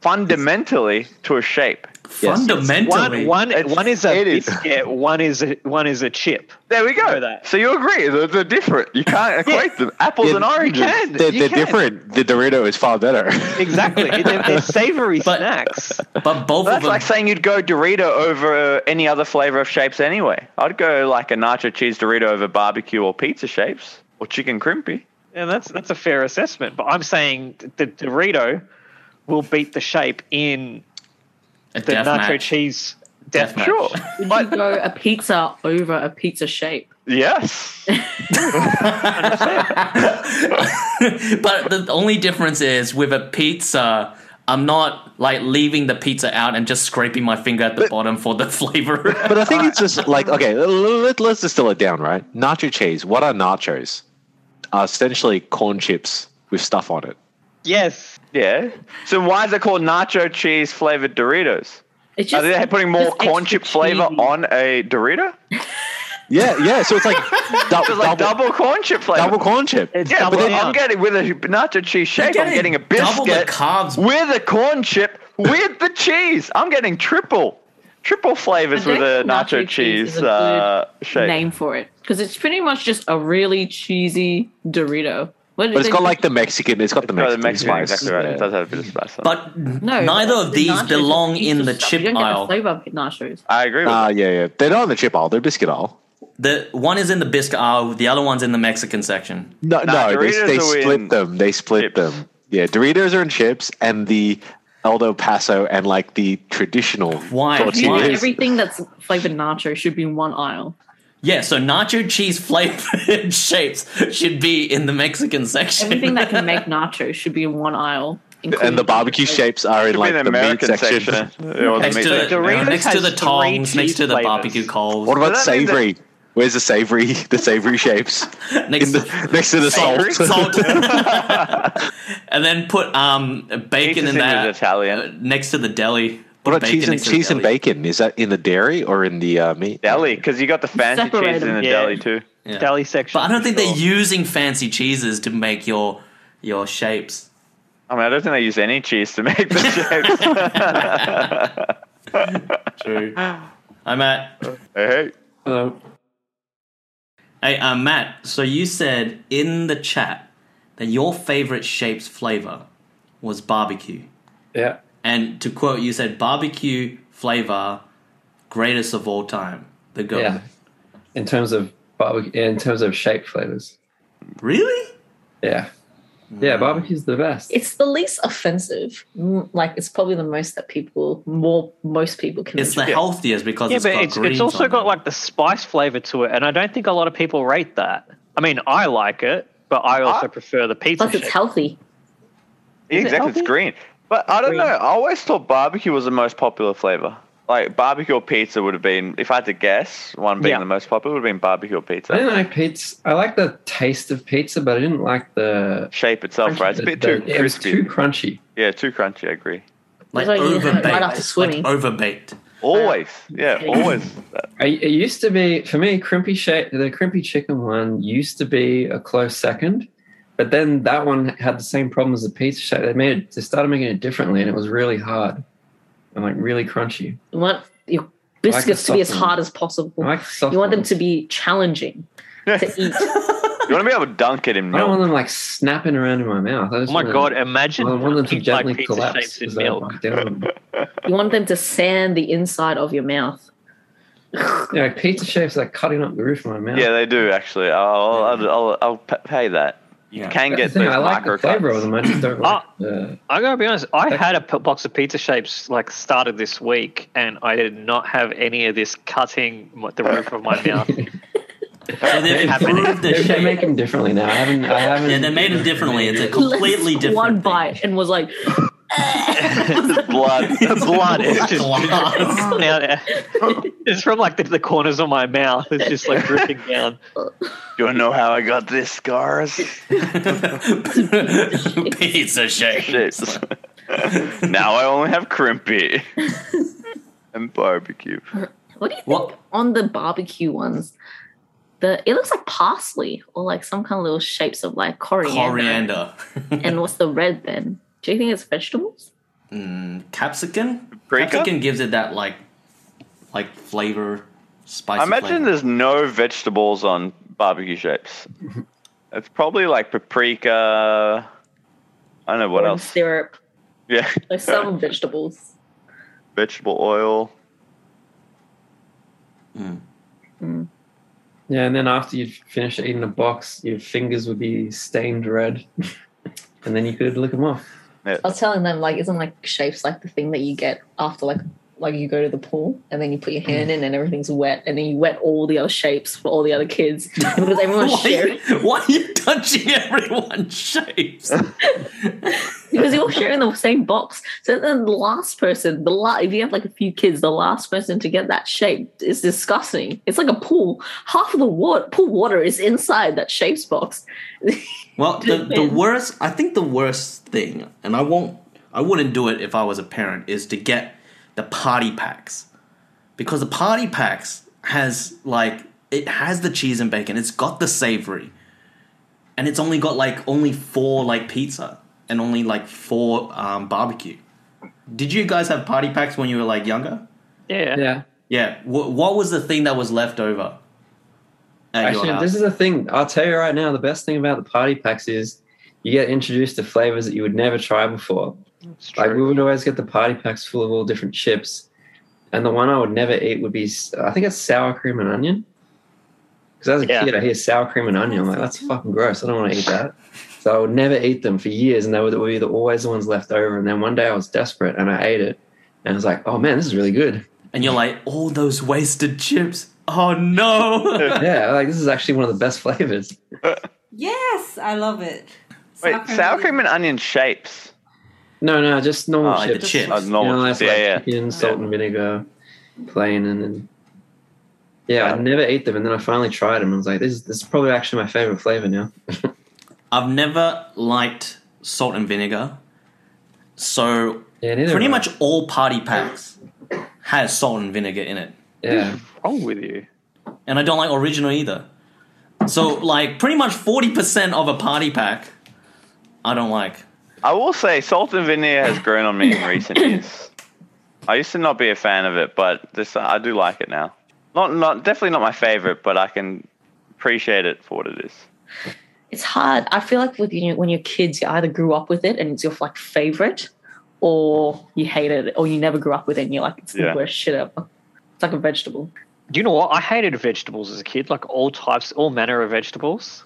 Speaker 6: fundamentally to a shape.
Speaker 4: yes.
Speaker 2: Fundamentally,
Speaker 3: one one
Speaker 6: It's-
Speaker 3: one is a
Speaker 6: it is.
Speaker 3: biscuit, one is a, one is a
Speaker 6: [LAUGHS]
Speaker 3: chip.
Speaker 6: There we
Speaker 3: Know
Speaker 6: go.
Speaker 3: that.
Speaker 6: So you agree. They're, they're different. You can't equate them. Apples
Speaker 4: Yeah,
Speaker 6: and
Speaker 4: you
Speaker 6: oranges.
Speaker 3: can.
Speaker 4: they're,
Speaker 3: You
Speaker 4: they're
Speaker 3: can.
Speaker 4: different. The Dorito is far better. [LAUGHS]
Speaker 3: Exactly. they're, [LAUGHS] they're savory
Speaker 2: But-
Speaker 3: snacks.
Speaker 2: but both of
Speaker 6: That's
Speaker 2: them.
Speaker 6: like saying you'd go Dorito over uh, any other flavor of shapes anyway. I'd go like a nacho cheese Dorito over barbecue or pizza shapes or chicken crimpy.
Speaker 3: And that's that's a fair assessment. But I'm saying th- the Dorito will beat the shape in
Speaker 2: a
Speaker 3: the
Speaker 2: death
Speaker 3: nacho
Speaker 2: match.
Speaker 3: cheese death.
Speaker 2: Death [LAUGHS]
Speaker 6: Sure.
Speaker 5: Would you go a pizza over a pizza shape?
Speaker 6: Yes.
Speaker 2: but the only difference is with a pizza, I'm not like leaving the pizza out and just scraping my finger at the bottom for the [LAUGHS] flavor.
Speaker 4: but I think it's just
Speaker 6: [LAUGHS]
Speaker 4: like okay, let, us distill it down, right? Nacho cheese. What are nachos? Are essentially corn chips with stuff on it.
Speaker 3: Yes.
Speaker 6: Yeah. So why is it called nacho cheese flavored Doritos?
Speaker 5: It's
Speaker 6: Are they putting more
Speaker 5: just
Speaker 6: corn
Speaker 5: extra
Speaker 6: chip flavor
Speaker 5: cheesy.
Speaker 6: on a Dorito?
Speaker 4: Yeah, yeah. So
Speaker 6: [LAUGHS]
Speaker 4: it's like, dou-
Speaker 6: It's like
Speaker 4: double,
Speaker 6: double, corn chip flavor.
Speaker 4: double corn chip.
Speaker 3: It's
Speaker 6: yeah,
Speaker 3: double
Speaker 6: but then
Speaker 3: down.
Speaker 6: I'm getting with a nacho cheese shake. I'm getting a
Speaker 2: double the
Speaker 6: biscuit
Speaker 2: carbs.
Speaker 6: with a corn chip with the cheese. I'm getting triple, triple flavors
Speaker 5: I
Speaker 6: with a
Speaker 5: don't
Speaker 6: nacho,
Speaker 5: think
Speaker 6: cheese
Speaker 5: is a good
Speaker 6: uh, shake.
Speaker 5: name for it because it's pretty much just a really cheesy Dorito. What did
Speaker 4: But it's
Speaker 5: they
Speaker 4: got
Speaker 5: do?
Speaker 4: like the Mexican. It's got the
Speaker 6: No, the
Speaker 4: Mexican,
Speaker 6: Mexican, exactly
Speaker 4: spice.
Speaker 6: right.
Speaker 4: Yeah.
Speaker 6: It does have a bit of spice. On it.
Speaker 2: But
Speaker 5: no,
Speaker 2: neither of
Speaker 5: the
Speaker 2: these
Speaker 5: nachos
Speaker 2: belong
Speaker 5: are pizza
Speaker 2: in the
Speaker 5: stuff.
Speaker 2: chip
Speaker 5: you don't
Speaker 2: aisle.
Speaker 5: Get a flavor of nachos.
Speaker 6: I agree with
Speaker 4: Ah,
Speaker 6: that.
Speaker 4: yeah, yeah. They're not in the chip aisle. They're biscuit aisle.
Speaker 2: The one is in the biscuit aisle, the other one's in the Mexican section.
Speaker 4: No,
Speaker 6: Nah,
Speaker 4: no. They,
Speaker 6: Doritos
Speaker 4: they
Speaker 6: are in
Speaker 4: split them. They split
Speaker 6: chips.
Speaker 4: them. Yeah, Doritos are in chips, and the Eldo Paso and like the traditional
Speaker 2: Why?
Speaker 5: You know,
Speaker 2: Why?
Speaker 4: tortillas.
Speaker 5: everything that's flavored nacho should be in one aisle.
Speaker 2: Yeah, so nacho cheese [LAUGHS] flavored shapes should be in the Mexican section.
Speaker 5: Everything that can make nachos should be in one aisle.
Speaker 4: and
Speaker 5: including
Speaker 4: the barbecue
Speaker 5: nachos.
Speaker 4: shapes are in
Speaker 6: Should
Speaker 4: like
Speaker 6: be
Speaker 4: the
Speaker 6: an American
Speaker 4: meat section.
Speaker 6: section.
Speaker 4: [LAUGHS]
Speaker 6: or the
Speaker 2: next
Speaker 6: meat
Speaker 2: to the,
Speaker 6: section.
Speaker 3: Doritos
Speaker 2: next to
Speaker 3: has
Speaker 2: the
Speaker 3: three
Speaker 2: tongs, next
Speaker 3: cheese
Speaker 2: to the
Speaker 3: flavors.
Speaker 2: barbecue coals,
Speaker 4: What about
Speaker 6: Does that mean that-
Speaker 4: savory? Where's the savory? The
Speaker 6: [LAUGHS]
Speaker 4: savory shapes
Speaker 2: next
Speaker 4: in the next to the
Speaker 6: Savory?
Speaker 2: [LAUGHS]
Speaker 4: salt.
Speaker 2: salt, and then put um bacon
Speaker 6: Pizza's
Speaker 2: in
Speaker 6: in
Speaker 2: there
Speaker 6: with Italian.
Speaker 2: uh, next to the deli. Put
Speaker 4: [LAUGHS] What about cheese and
Speaker 2: next to the
Speaker 4: cheese and
Speaker 2: deli.
Speaker 4: bacon? Is that in the dairy or in the uh, meat?
Speaker 6: Deli, because you got the fancy
Speaker 5: Separate
Speaker 6: cheese in
Speaker 5: them.
Speaker 6: the
Speaker 3: Yeah.
Speaker 6: deli too.
Speaker 2: Yeah.
Speaker 3: Deli section.
Speaker 2: But I don't
Speaker 3: for
Speaker 2: think
Speaker 3: sure.
Speaker 2: they're
Speaker 4: Oh.
Speaker 2: using fancy cheeses to make your your shapes.
Speaker 6: I mean, I don't think they use any cheese to make the
Speaker 5: [LAUGHS]
Speaker 6: shakes.
Speaker 2: True. Hi Matt.
Speaker 6: hey,
Speaker 2: Hello. Hey, uh, Matt. So you said in the chat that your favorite shapes flavor was barbecue.
Speaker 8: Yeah.
Speaker 2: And to quote, you said barbecue flavor, greatest of all time. The go.
Speaker 8: Yeah. In terms of barbecue, in terms of shape flavors.
Speaker 2: Really?
Speaker 8: Yeah. Yeah,
Speaker 6: Mm.
Speaker 8: barbecue's the best.
Speaker 5: It's the least offensive. Mm, Like it's probably the most that people, more most people can.
Speaker 2: It's the
Speaker 5: enjoy.
Speaker 2: healthiest because
Speaker 3: Yeah,
Speaker 2: it's
Speaker 3: but
Speaker 2: got
Speaker 3: it's,
Speaker 2: greens
Speaker 3: it's also
Speaker 2: on
Speaker 3: got
Speaker 2: it.
Speaker 3: like the spice flavor to it, and I don't think a lot of people rate that. I mean, I like it, but I also
Speaker 6: I-
Speaker 3: prefer the pizza.
Speaker 5: Plus, it's
Speaker 3: shape.
Speaker 5: healthy.
Speaker 3: Is it
Speaker 6: exactly. It's
Speaker 3: healthy?
Speaker 6: green. But I don't
Speaker 3: Green.
Speaker 6: know. I always thought barbecue was the most popular flavor. Like barbecue or pizza would have been, if I had to guess, one being
Speaker 3: Yeah.
Speaker 6: the most popular would have been barbecue or pizza.
Speaker 8: I didn't like pizza. I like the taste of pizza, but I didn't like the.
Speaker 6: Shape itself, right? It's a bit too
Speaker 8: the- the- it was
Speaker 6: crispy.
Speaker 8: too crunchy.
Speaker 6: yeah, too crunchy. I agree.
Speaker 2: like
Speaker 5: That's why you have
Speaker 2: overbaked.
Speaker 5: it right after swimming.
Speaker 2: Like overbaked.
Speaker 6: Always, yeah, always.
Speaker 8: [LAUGHS] I, it used to be for me crimpy shape. The crimpy chicken one used to be a close second, but then that one had the same problem as the pizza shape. They made it, they started making it differently, and it was really hard and like really crunchy.
Speaker 5: You want your biscuits to be as
Speaker 8: soft one.
Speaker 5: hard as possible.
Speaker 8: I like soft
Speaker 5: you want them
Speaker 8: ones.
Speaker 5: to be challenging to eat.
Speaker 6: You want to be able to dunk it in
Speaker 8: I don't want
Speaker 6: milk?
Speaker 8: them like snapping around in my mouth. I just
Speaker 3: Oh my
Speaker 8: want
Speaker 3: god!
Speaker 8: them-
Speaker 3: Imagine
Speaker 8: I want them to
Speaker 3: eat, like,
Speaker 8: gently
Speaker 3: pizza
Speaker 8: collapse.
Speaker 3: shapes in
Speaker 8: as I
Speaker 3: milk. [LAUGHS]
Speaker 8: bite down.
Speaker 5: You want them to sand the inside of your mouth.
Speaker 8: yeah, like pizza shapes like cutting up the roof of my mouth.
Speaker 6: Yeah, they do actually. I'll I'll, I'll, I'll p- pay that. You
Speaker 2: Yeah.
Speaker 6: can
Speaker 8: That's
Speaker 6: get
Speaker 8: the thing,
Speaker 6: those
Speaker 8: I like
Speaker 6: micro
Speaker 8: the flavor
Speaker 6: cuts.
Speaker 8: of them. I just don't
Speaker 3: Ah.
Speaker 8: like the
Speaker 3: I gotta be honest. I had a p- box of pizza shapes like started this week, and I did not have any of this cutting m- the roof of my mouth.
Speaker 2: So they've
Speaker 3: Happening.
Speaker 2: improved
Speaker 3: [LAUGHS]
Speaker 2: the
Speaker 8: they, they make
Speaker 2: shape.
Speaker 8: them differently now. I haven't. I haven't.
Speaker 2: Yeah, they made them differently. It's a completely
Speaker 5: Less
Speaker 2: different
Speaker 5: One
Speaker 2: thing.
Speaker 5: bite and was like,
Speaker 2: [LAUGHS]
Speaker 5: "Eh."
Speaker 6: blood.
Speaker 3: Blood
Speaker 2: [LAUGHS]
Speaker 3: is [LAUGHS] just
Speaker 2: Blood.
Speaker 3: dripping down. It's from like the, the corners of my mouth. It's just like dripping down.
Speaker 6: You want to know how I got this, scars?
Speaker 2: Pizza shape.
Speaker 6: Shit. [LAUGHS] now I only have crimpy and barbecue.
Speaker 5: [LAUGHS] "What do you think
Speaker 2: What?
Speaker 5: on the barbecue ones? The it looks like parsley or like some kind of little shapes of like coriander.
Speaker 2: Coriander.
Speaker 5: And what's the red then? Do you think it's vegetables?
Speaker 2: Mm, Capsicum?
Speaker 6: Paprika?
Speaker 2: Capsicum gives it that like like flavor, spicy
Speaker 6: I imagine
Speaker 2: flavor.
Speaker 6: there's no vegetables on barbecue shapes. It's probably like paprika. I don't know what
Speaker 5: Corn
Speaker 6: else.
Speaker 5: Syrup.
Speaker 6: Yeah,
Speaker 5: There's some [LAUGHS] vegetables.
Speaker 6: [LAUGHS] vegetable oil.
Speaker 8: Yeah, and then after you'd finish eating the box, your fingers would be stained red, [LAUGHS] and then you could lick them off.
Speaker 5: I was telling them like, isn't like shapes like the thing that you get after like like you go to the pool and then you put your
Speaker 2: Mm.
Speaker 5: hand in and everything's wet and then you wet all the other shapes for all the
Speaker 2: [LAUGHS]
Speaker 5: other kids And because everyone's
Speaker 2: why,
Speaker 5: sharing.
Speaker 2: why are you touching everyone's shapes?
Speaker 5: because you're all sharing the same box. So then the last person, the la- if you have like a few kids, the last person to get that shape is disgusting. It's like a pool. Half of the water, pool water is inside that shapes box.
Speaker 2: Well, the, the
Speaker 5: Depends.
Speaker 2: worst, I think the worst thing, and I won't, I wouldn't do it if I was a parent, is to get the party packs because the party packs has like it has the cheese and bacon, it's got the savory, and it's only got like only four like pizza and only like four um, barbecue. Did you guys have party packs when you were like younger?
Speaker 3: Yeah.
Speaker 8: Yeah.
Speaker 2: Yeah. Wh- what was the thing that was left over? At
Speaker 8: Actually,
Speaker 2: your house?
Speaker 8: this is the thing. I'll tell you right now. The best thing about the party packs is you get introduced to flavors that you would never try before.
Speaker 3: It's
Speaker 8: Like we
Speaker 3: true.
Speaker 8: would always get the party packs full of all different chips, and the one I would never eat would be s- I think it's sour cream and onion. Because as a
Speaker 3: Yeah.
Speaker 8: kid, I hear sour cream and onion. I'm like, that's fucking gross. I don't want to eat that. So I would never eat them for years, and they were, were either always the ones left over. And then one day I was desperate and I ate it, and I was like, oh man, this is really good.
Speaker 2: and you're like, all those wasted chips. Oh
Speaker 8: [LAUGHS]
Speaker 2: no!
Speaker 8: Yeah, like this is actually one of the best flavors.
Speaker 7: Yes, I love it.
Speaker 6: Wait, sour cream and onion shapes.
Speaker 8: No, no, just normal
Speaker 2: Oh, the
Speaker 8: chips.
Speaker 2: chips.
Speaker 6: Oh,
Speaker 8: You know,
Speaker 6: normal.
Speaker 8: that's
Speaker 6: yeah,
Speaker 8: like
Speaker 6: yeah.
Speaker 8: chicken, salt and vinegar, plain, and then yeah, I never ate them, and then I finally tried them. and I was like, this is, this is probably actually my favorite flavor now.
Speaker 2: I've never liked salt and vinegar, so
Speaker 8: Yeah, neither
Speaker 2: pretty
Speaker 8: have I.
Speaker 2: much all party packs has salt and vinegar in it,
Speaker 8: Yeah,
Speaker 3: wrong with you?
Speaker 2: and I don't like original either. So like, pretty much forty percent of a party pack, I don't like.
Speaker 6: I will say salt and vinegar
Speaker 2: [COUGHS]
Speaker 6: has grown on me in recent years. I used to not be a fan of it, but this I do like it now. Not not definitely not my favorite, but I can appreciate it for what it is.
Speaker 5: It's hard. I feel like with you know, when you're kids, you either grew up with it and it's your like favorite, or you hated it, or you never grew up with it and you're like, it's
Speaker 6: Yeah.
Speaker 5: the worst shit ever. It's like a vegetable.
Speaker 3: Do you know what? I hated vegetables as a kid, like all types, all manner of vegetables.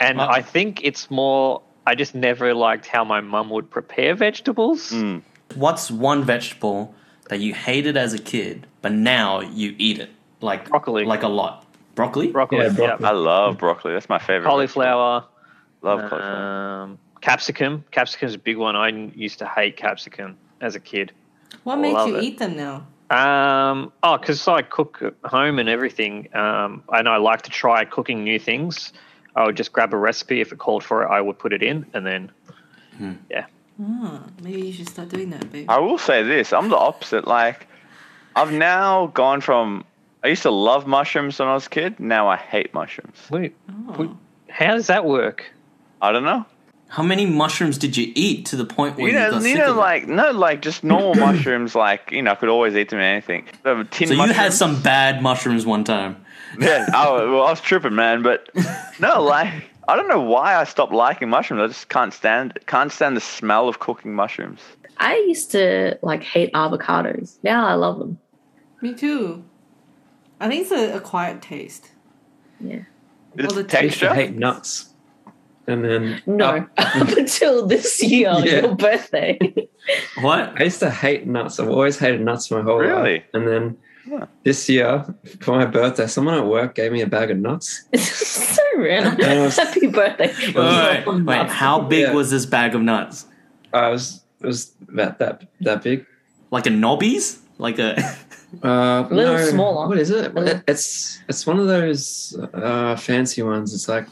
Speaker 3: And
Speaker 2: Wow.
Speaker 3: I think it's more, I just never liked how my mum would prepare vegetables.
Speaker 6: Mm.
Speaker 2: What's one vegetable that you hated as a kid, but now you eat it like
Speaker 3: Broccoli.
Speaker 2: like a lot? Broccoli.
Speaker 3: Broccoli,
Speaker 8: Yeah,
Speaker 3: yeah,
Speaker 8: broccoli.
Speaker 6: I love broccoli. That's my favorite.
Speaker 3: cauliflower,
Speaker 6: vegetable. Love cauliflower.
Speaker 3: um, capsicum. Capsicum's a big one. I used to hate capsicum as a kid.
Speaker 7: What made
Speaker 3: Love
Speaker 7: you
Speaker 3: it.
Speaker 7: eat them now?
Speaker 3: Um, oh, because I cook at home and everything, um, and I like to try cooking new things. I would just grab a recipe if it called for it. I would put it in, and then
Speaker 7: Ah, maybe you should start doing that, babe.
Speaker 6: I will say this. I'm the opposite. Like, I've now gone from. I used to love mushrooms when I was a kid. Now I hate mushrooms.
Speaker 3: wait,
Speaker 7: Oh.
Speaker 3: how does that work?
Speaker 6: I don't know.
Speaker 2: How many mushrooms did you eat to the point where
Speaker 6: You
Speaker 2: you,
Speaker 6: know,
Speaker 2: got
Speaker 6: you
Speaker 2: sick
Speaker 6: know,
Speaker 2: of it?
Speaker 6: like no, like just
Speaker 2: [COUGHS]
Speaker 6: normal mushrooms. Like you know, I could always eat them. in Anything. The tin
Speaker 2: So you had
Speaker 6: mushrooms.
Speaker 2: some bad mushrooms one time.
Speaker 6: Yeah, I, was- well, I was tripping, man. But no, like I don't know why I stopped liking mushrooms. I just can't stand can't stand the smell of cooking mushrooms.
Speaker 5: I used to like hate avocados. Now I love them.
Speaker 7: Me too. I think it's a acquired taste.
Speaker 5: Yeah.
Speaker 6: It's
Speaker 7: Well, the
Speaker 8: I used to
Speaker 6: texture.
Speaker 8: hate nuts, and then
Speaker 5: No, [LAUGHS] up until this year,
Speaker 8: Yeah.
Speaker 5: your birthday.
Speaker 2: What?
Speaker 8: [LAUGHS] I used to hate nuts. I've always hated nuts my whole
Speaker 6: Really?
Speaker 8: life. And then
Speaker 6: Huh.
Speaker 8: this year for my birthday, someone at work gave me a bag of nuts.
Speaker 5: It's [LAUGHS] so random.
Speaker 8: Yeah, it was-
Speaker 5: Happy birthday.
Speaker 2: Wait, wait, wait. Wait, how big
Speaker 8: Yeah.
Speaker 2: was this bag of nuts?
Speaker 8: I was it was about that that big.
Speaker 2: Like a knobbies? Like a [LAUGHS]
Speaker 8: Uh,
Speaker 5: A little smaller.
Speaker 8: What is it?
Speaker 5: little-
Speaker 8: It's it's one of those uh, fancy ones. It's like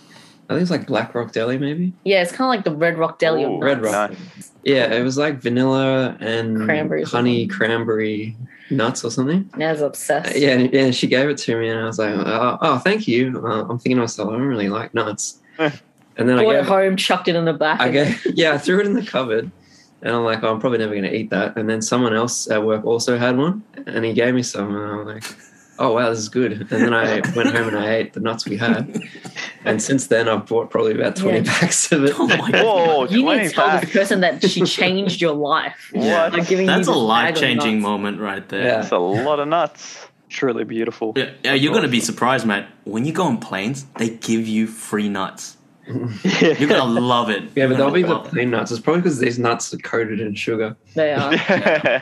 Speaker 8: I think it's like Black Rock Deli, maybe.
Speaker 5: Yeah, it's kind of like the Red Rock Deli. of
Speaker 6: Ooh,
Speaker 8: Red
Speaker 5: nuts. [LAUGHS]
Speaker 8: Rock. Yeah, it was like vanilla and
Speaker 5: Cranberries or
Speaker 8: honey cranberry nuts or something.
Speaker 5: Now I was obsessed.
Speaker 8: Yeah, and, yeah. She gave it to me, and I was like, "Oh, oh thank you." Uh, I'm thinking to myself, I don't really like nuts.
Speaker 6: Eh.
Speaker 8: and then I
Speaker 5: Brought it
Speaker 8: gave,
Speaker 5: home, chucked it in the back.
Speaker 8: I
Speaker 5: and-
Speaker 8: gave, yeah, I threw it in the cupboard, and I'm like, "Oh, I'm probably never going to eat that." And then someone else at work also had one, and he gave me some, and I'm like, "Oh wow, this is good." And then I went home and I ate the nuts we had, and since then I've bought probably about 20
Speaker 5: Yeah.
Speaker 8: packs of it.
Speaker 2: [LAUGHS] oh my god.
Speaker 6: Whoa,
Speaker 5: you need
Speaker 6: twenty
Speaker 5: to tell
Speaker 6: packs.
Speaker 5: this person that she changed your life.
Speaker 6: What?
Speaker 5: By giving
Speaker 2: That's
Speaker 5: you
Speaker 2: a
Speaker 5: this bag
Speaker 2: life
Speaker 5: of
Speaker 2: changing
Speaker 5: nuts.
Speaker 2: moment right there.
Speaker 8: Yeah.
Speaker 6: That's a lot of
Speaker 5: [LAUGHS]
Speaker 6: nuts.
Speaker 3: Truly beautiful. [LAUGHS]
Speaker 2: Yeah. yeah, you're gonna be surprised, Matt. When you go on planes, they give you free nuts. You're gonna love it.
Speaker 8: [LAUGHS] Yeah,
Speaker 2: You're
Speaker 8: but they'll be the
Speaker 2: gonna love it.
Speaker 8: plain nuts. It's probably because these nuts are coated in sugar.
Speaker 5: They
Speaker 6: [LAUGHS]
Speaker 5: are.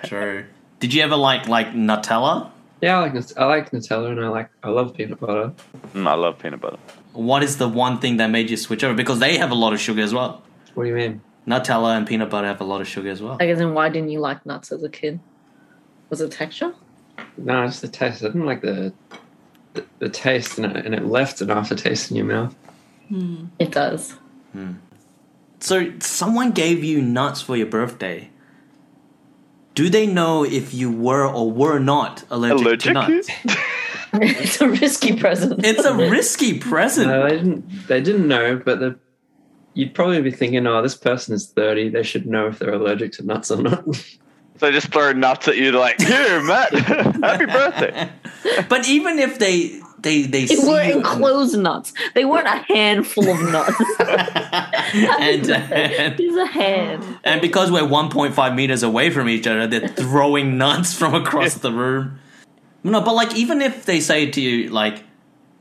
Speaker 2: True. Did you ever like like Nutella?
Speaker 8: Yeah, I like Nut- I like Nutella, and I like I love peanut butter.
Speaker 6: Mm, I love peanut butter.
Speaker 2: What is the one thing that made you switch over? Because they have a lot of sugar as well.
Speaker 8: What do you mean?
Speaker 2: Nutella and peanut butter have a lot of sugar as well.
Speaker 5: Like, as in, why didn't you like nuts as a kid? Was it texture?
Speaker 8: No, it's the taste. I didn't like the the, the taste, and it, and it left an aftertaste in your mouth.
Speaker 5: It does. [LAUGHS]
Speaker 2: So someone gave you nuts for your birthday. Do they know if you were or were not allergic, to
Speaker 6: Allergic?
Speaker 2: nuts?
Speaker 5: it's a risky present.
Speaker 2: It's a
Speaker 5: isn't [LAUGHS] it?
Speaker 2: risky present.
Speaker 8: No, they didn't. They didn't know, but the, you'd probably be thinking, "Oh, this person is thirty. They should know if they're allergic to nuts or not."
Speaker 6: So they just throw nuts at you, like, here, Matt, [LAUGHS] happy birthday.
Speaker 5: [LAUGHS]
Speaker 2: but even if they they they
Speaker 5: They
Speaker 2: see
Speaker 5: were
Speaker 2: you-
Speaker 5: enclosed nuts. They weren't a handful of nuts.
Speaker 2: [LAUGHS] and, uh,
Speaker 5: [LAUGHS]
Speaker 2: and
Speaker 5: These are hand.
Speaker 2: and because we're 1.5 meters away from each other, they're throwing nuts from across the room. No, but like even if they say to you like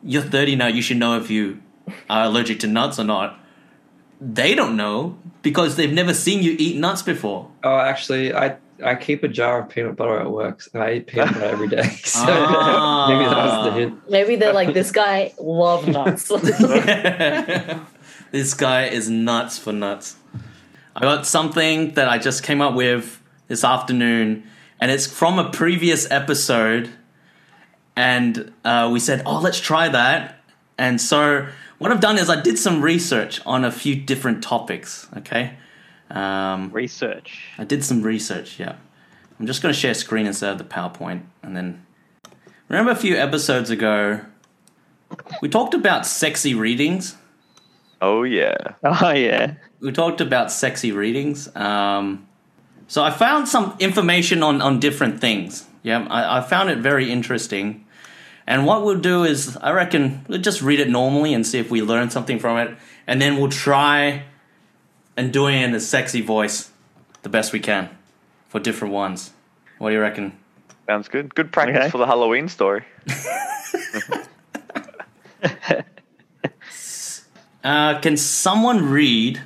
Speaker 2: you're 30 now, you should know if you are allergic to nuts or not. They don't know because they've never seen you eat nuts before.
Speaker 8: [LAUGHS] oh, actually, I I keep a jar of peanut butter at work. So I eat peanut butter every day, [LAUGHS] so
Speaker 2: Ah.
Speaker 8: [LAUGHS] maybe that was the hint.
Speaker 5: Maybe they're like, this guy loved nuts. [LAUGHS]
Speaker 2: [LAUGHS] this guy is nuts for nuts. I got something that I just came up with this afternoon, and it's from a previous episode. And uh, we said, oh, let's try that. And so, what I've done is I did some research on a few different topics, okay? Um,
Speaker 3: Research.
Speaker 2: I did some research, yeah. I'm just going to share screen instead of the PowerPoint. And then, remember a few episodes ago, we talked about sexy readings.
Speaker 6: Oh, yeah.
Speaker 3: Oh yeah.
Speaker 2: we talked about sexy readings. Um, so I found some information on, on different things. Yeah, I, I found it very interesting. And what we'll do is, I reckon, we'll just read it normally and see if we learn something from it. And then we'll try and do it in a sexy voice the best we can for different ones. What do you reckon?
Speaker 6: Sounds good. Good practice
Speaker 3: Okay.
Speaker 6: for the Halloween story.
Speaker 2: Uh, can someone read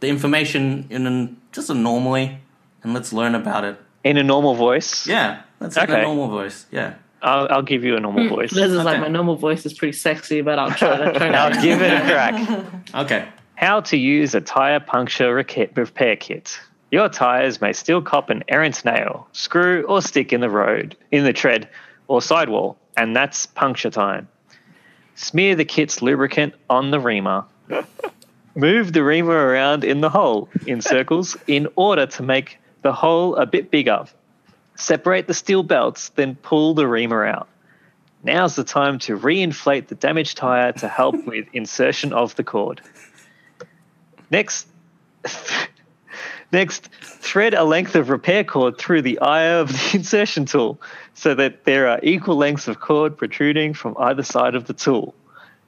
Speaker 2: the information in an, just a normally and let's learn about it?
Speaker 3: In a normal voice.
Speaker 2: Yeah, that's a
Speaker 3: Okay.
Speaker 2: normal voice. Yeah.
Speaker 3: I'll, I'll give you a normal voice.
Speaker 5: this is like
Speaker 2: Okay.
Speaker 5: my normal voice is pretty sexy, but I'll try to [LAUGHS] turn
Speaker 3: I'll
Speaker 5: out.
Speaker 3: give it a crack.
Speaker 2: Okay.
Speaker 3: How to use a tire puncture rec- repair kit. Your tires may still cop an errant nail, screw, or stick in the road, in the tread, or sidewall, and that's puncture time. Smear the kit's lubricant on the reamer. Move the reamer around in the hole in circles in order to make the hole a bit bigger. Separate the steel belts, then pull the reamer out. Now's the time to reinflate the damaged tire to help with insertion of the cord. Next, [LAUGHS] next, thread a length of repair cord through the eye of the [LAUGHS] insertion tool so that there are equal lengths of cord protruding from either side of the tool.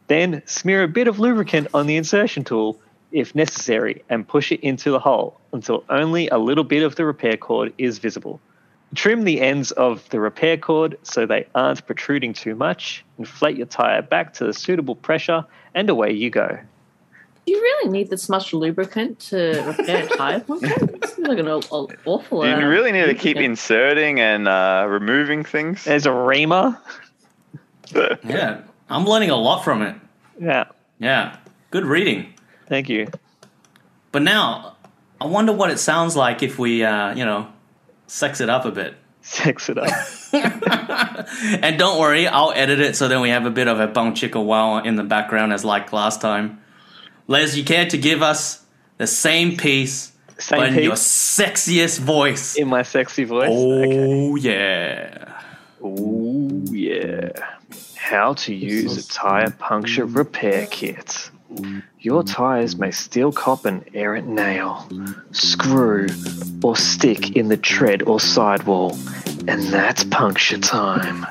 Speaker 3: Then smear a bit of lubricant on the insertion tool if necessary and push it into the hole until only a little bit of the repair cord is visible. Trim the ends of the repair cord so they aren't protruding too much. Inflate your tire back to the suitable pressure, and away you go.
Speaker 5: Do you really need this much lubricant to repair a tire puncture? This is like an aw- aw- awful.
Speaker 6: You
Speaker 5: amount of
Speaker 6: really need to keep
Speaker 5: lubricant.
Speaker 6: inserting and uh, removing things.
Speaker 3: There's a reamer. [LAUGHS]
Speaker 2: Yeah, I'm learning a lot from it.
Speaker 3: Yeah,
Speaker 2: Yeah, good reading.
Speaker 3: thank you. [LAUGHS]
Speaker 2: But now, I wonder what it sounds like if we, uh, you know, sex it up a bit.
Speaker 3: Sex
Speaker 2: [LAUGHS]
Speaker 3: it up.
Speaker 2: And don't worry, I'll edit it so then we have a bit of a bong chicka wow in the background as like last time. Les, you care to give us the same piece, but
Speaker 3: Same
Speaker 2: in your
Speaker 3: piece
Speaker 2: sexiest voice?
Speaker 3: in my sexy voice. Okay.
Speaker 2: oh yeah.
Speaker 3: Ooh, yeah. How to use a tire puncture repair kit. Your tires may still cop an errant nail, screw, or stick in the tread or sidewall, and that's puncture time.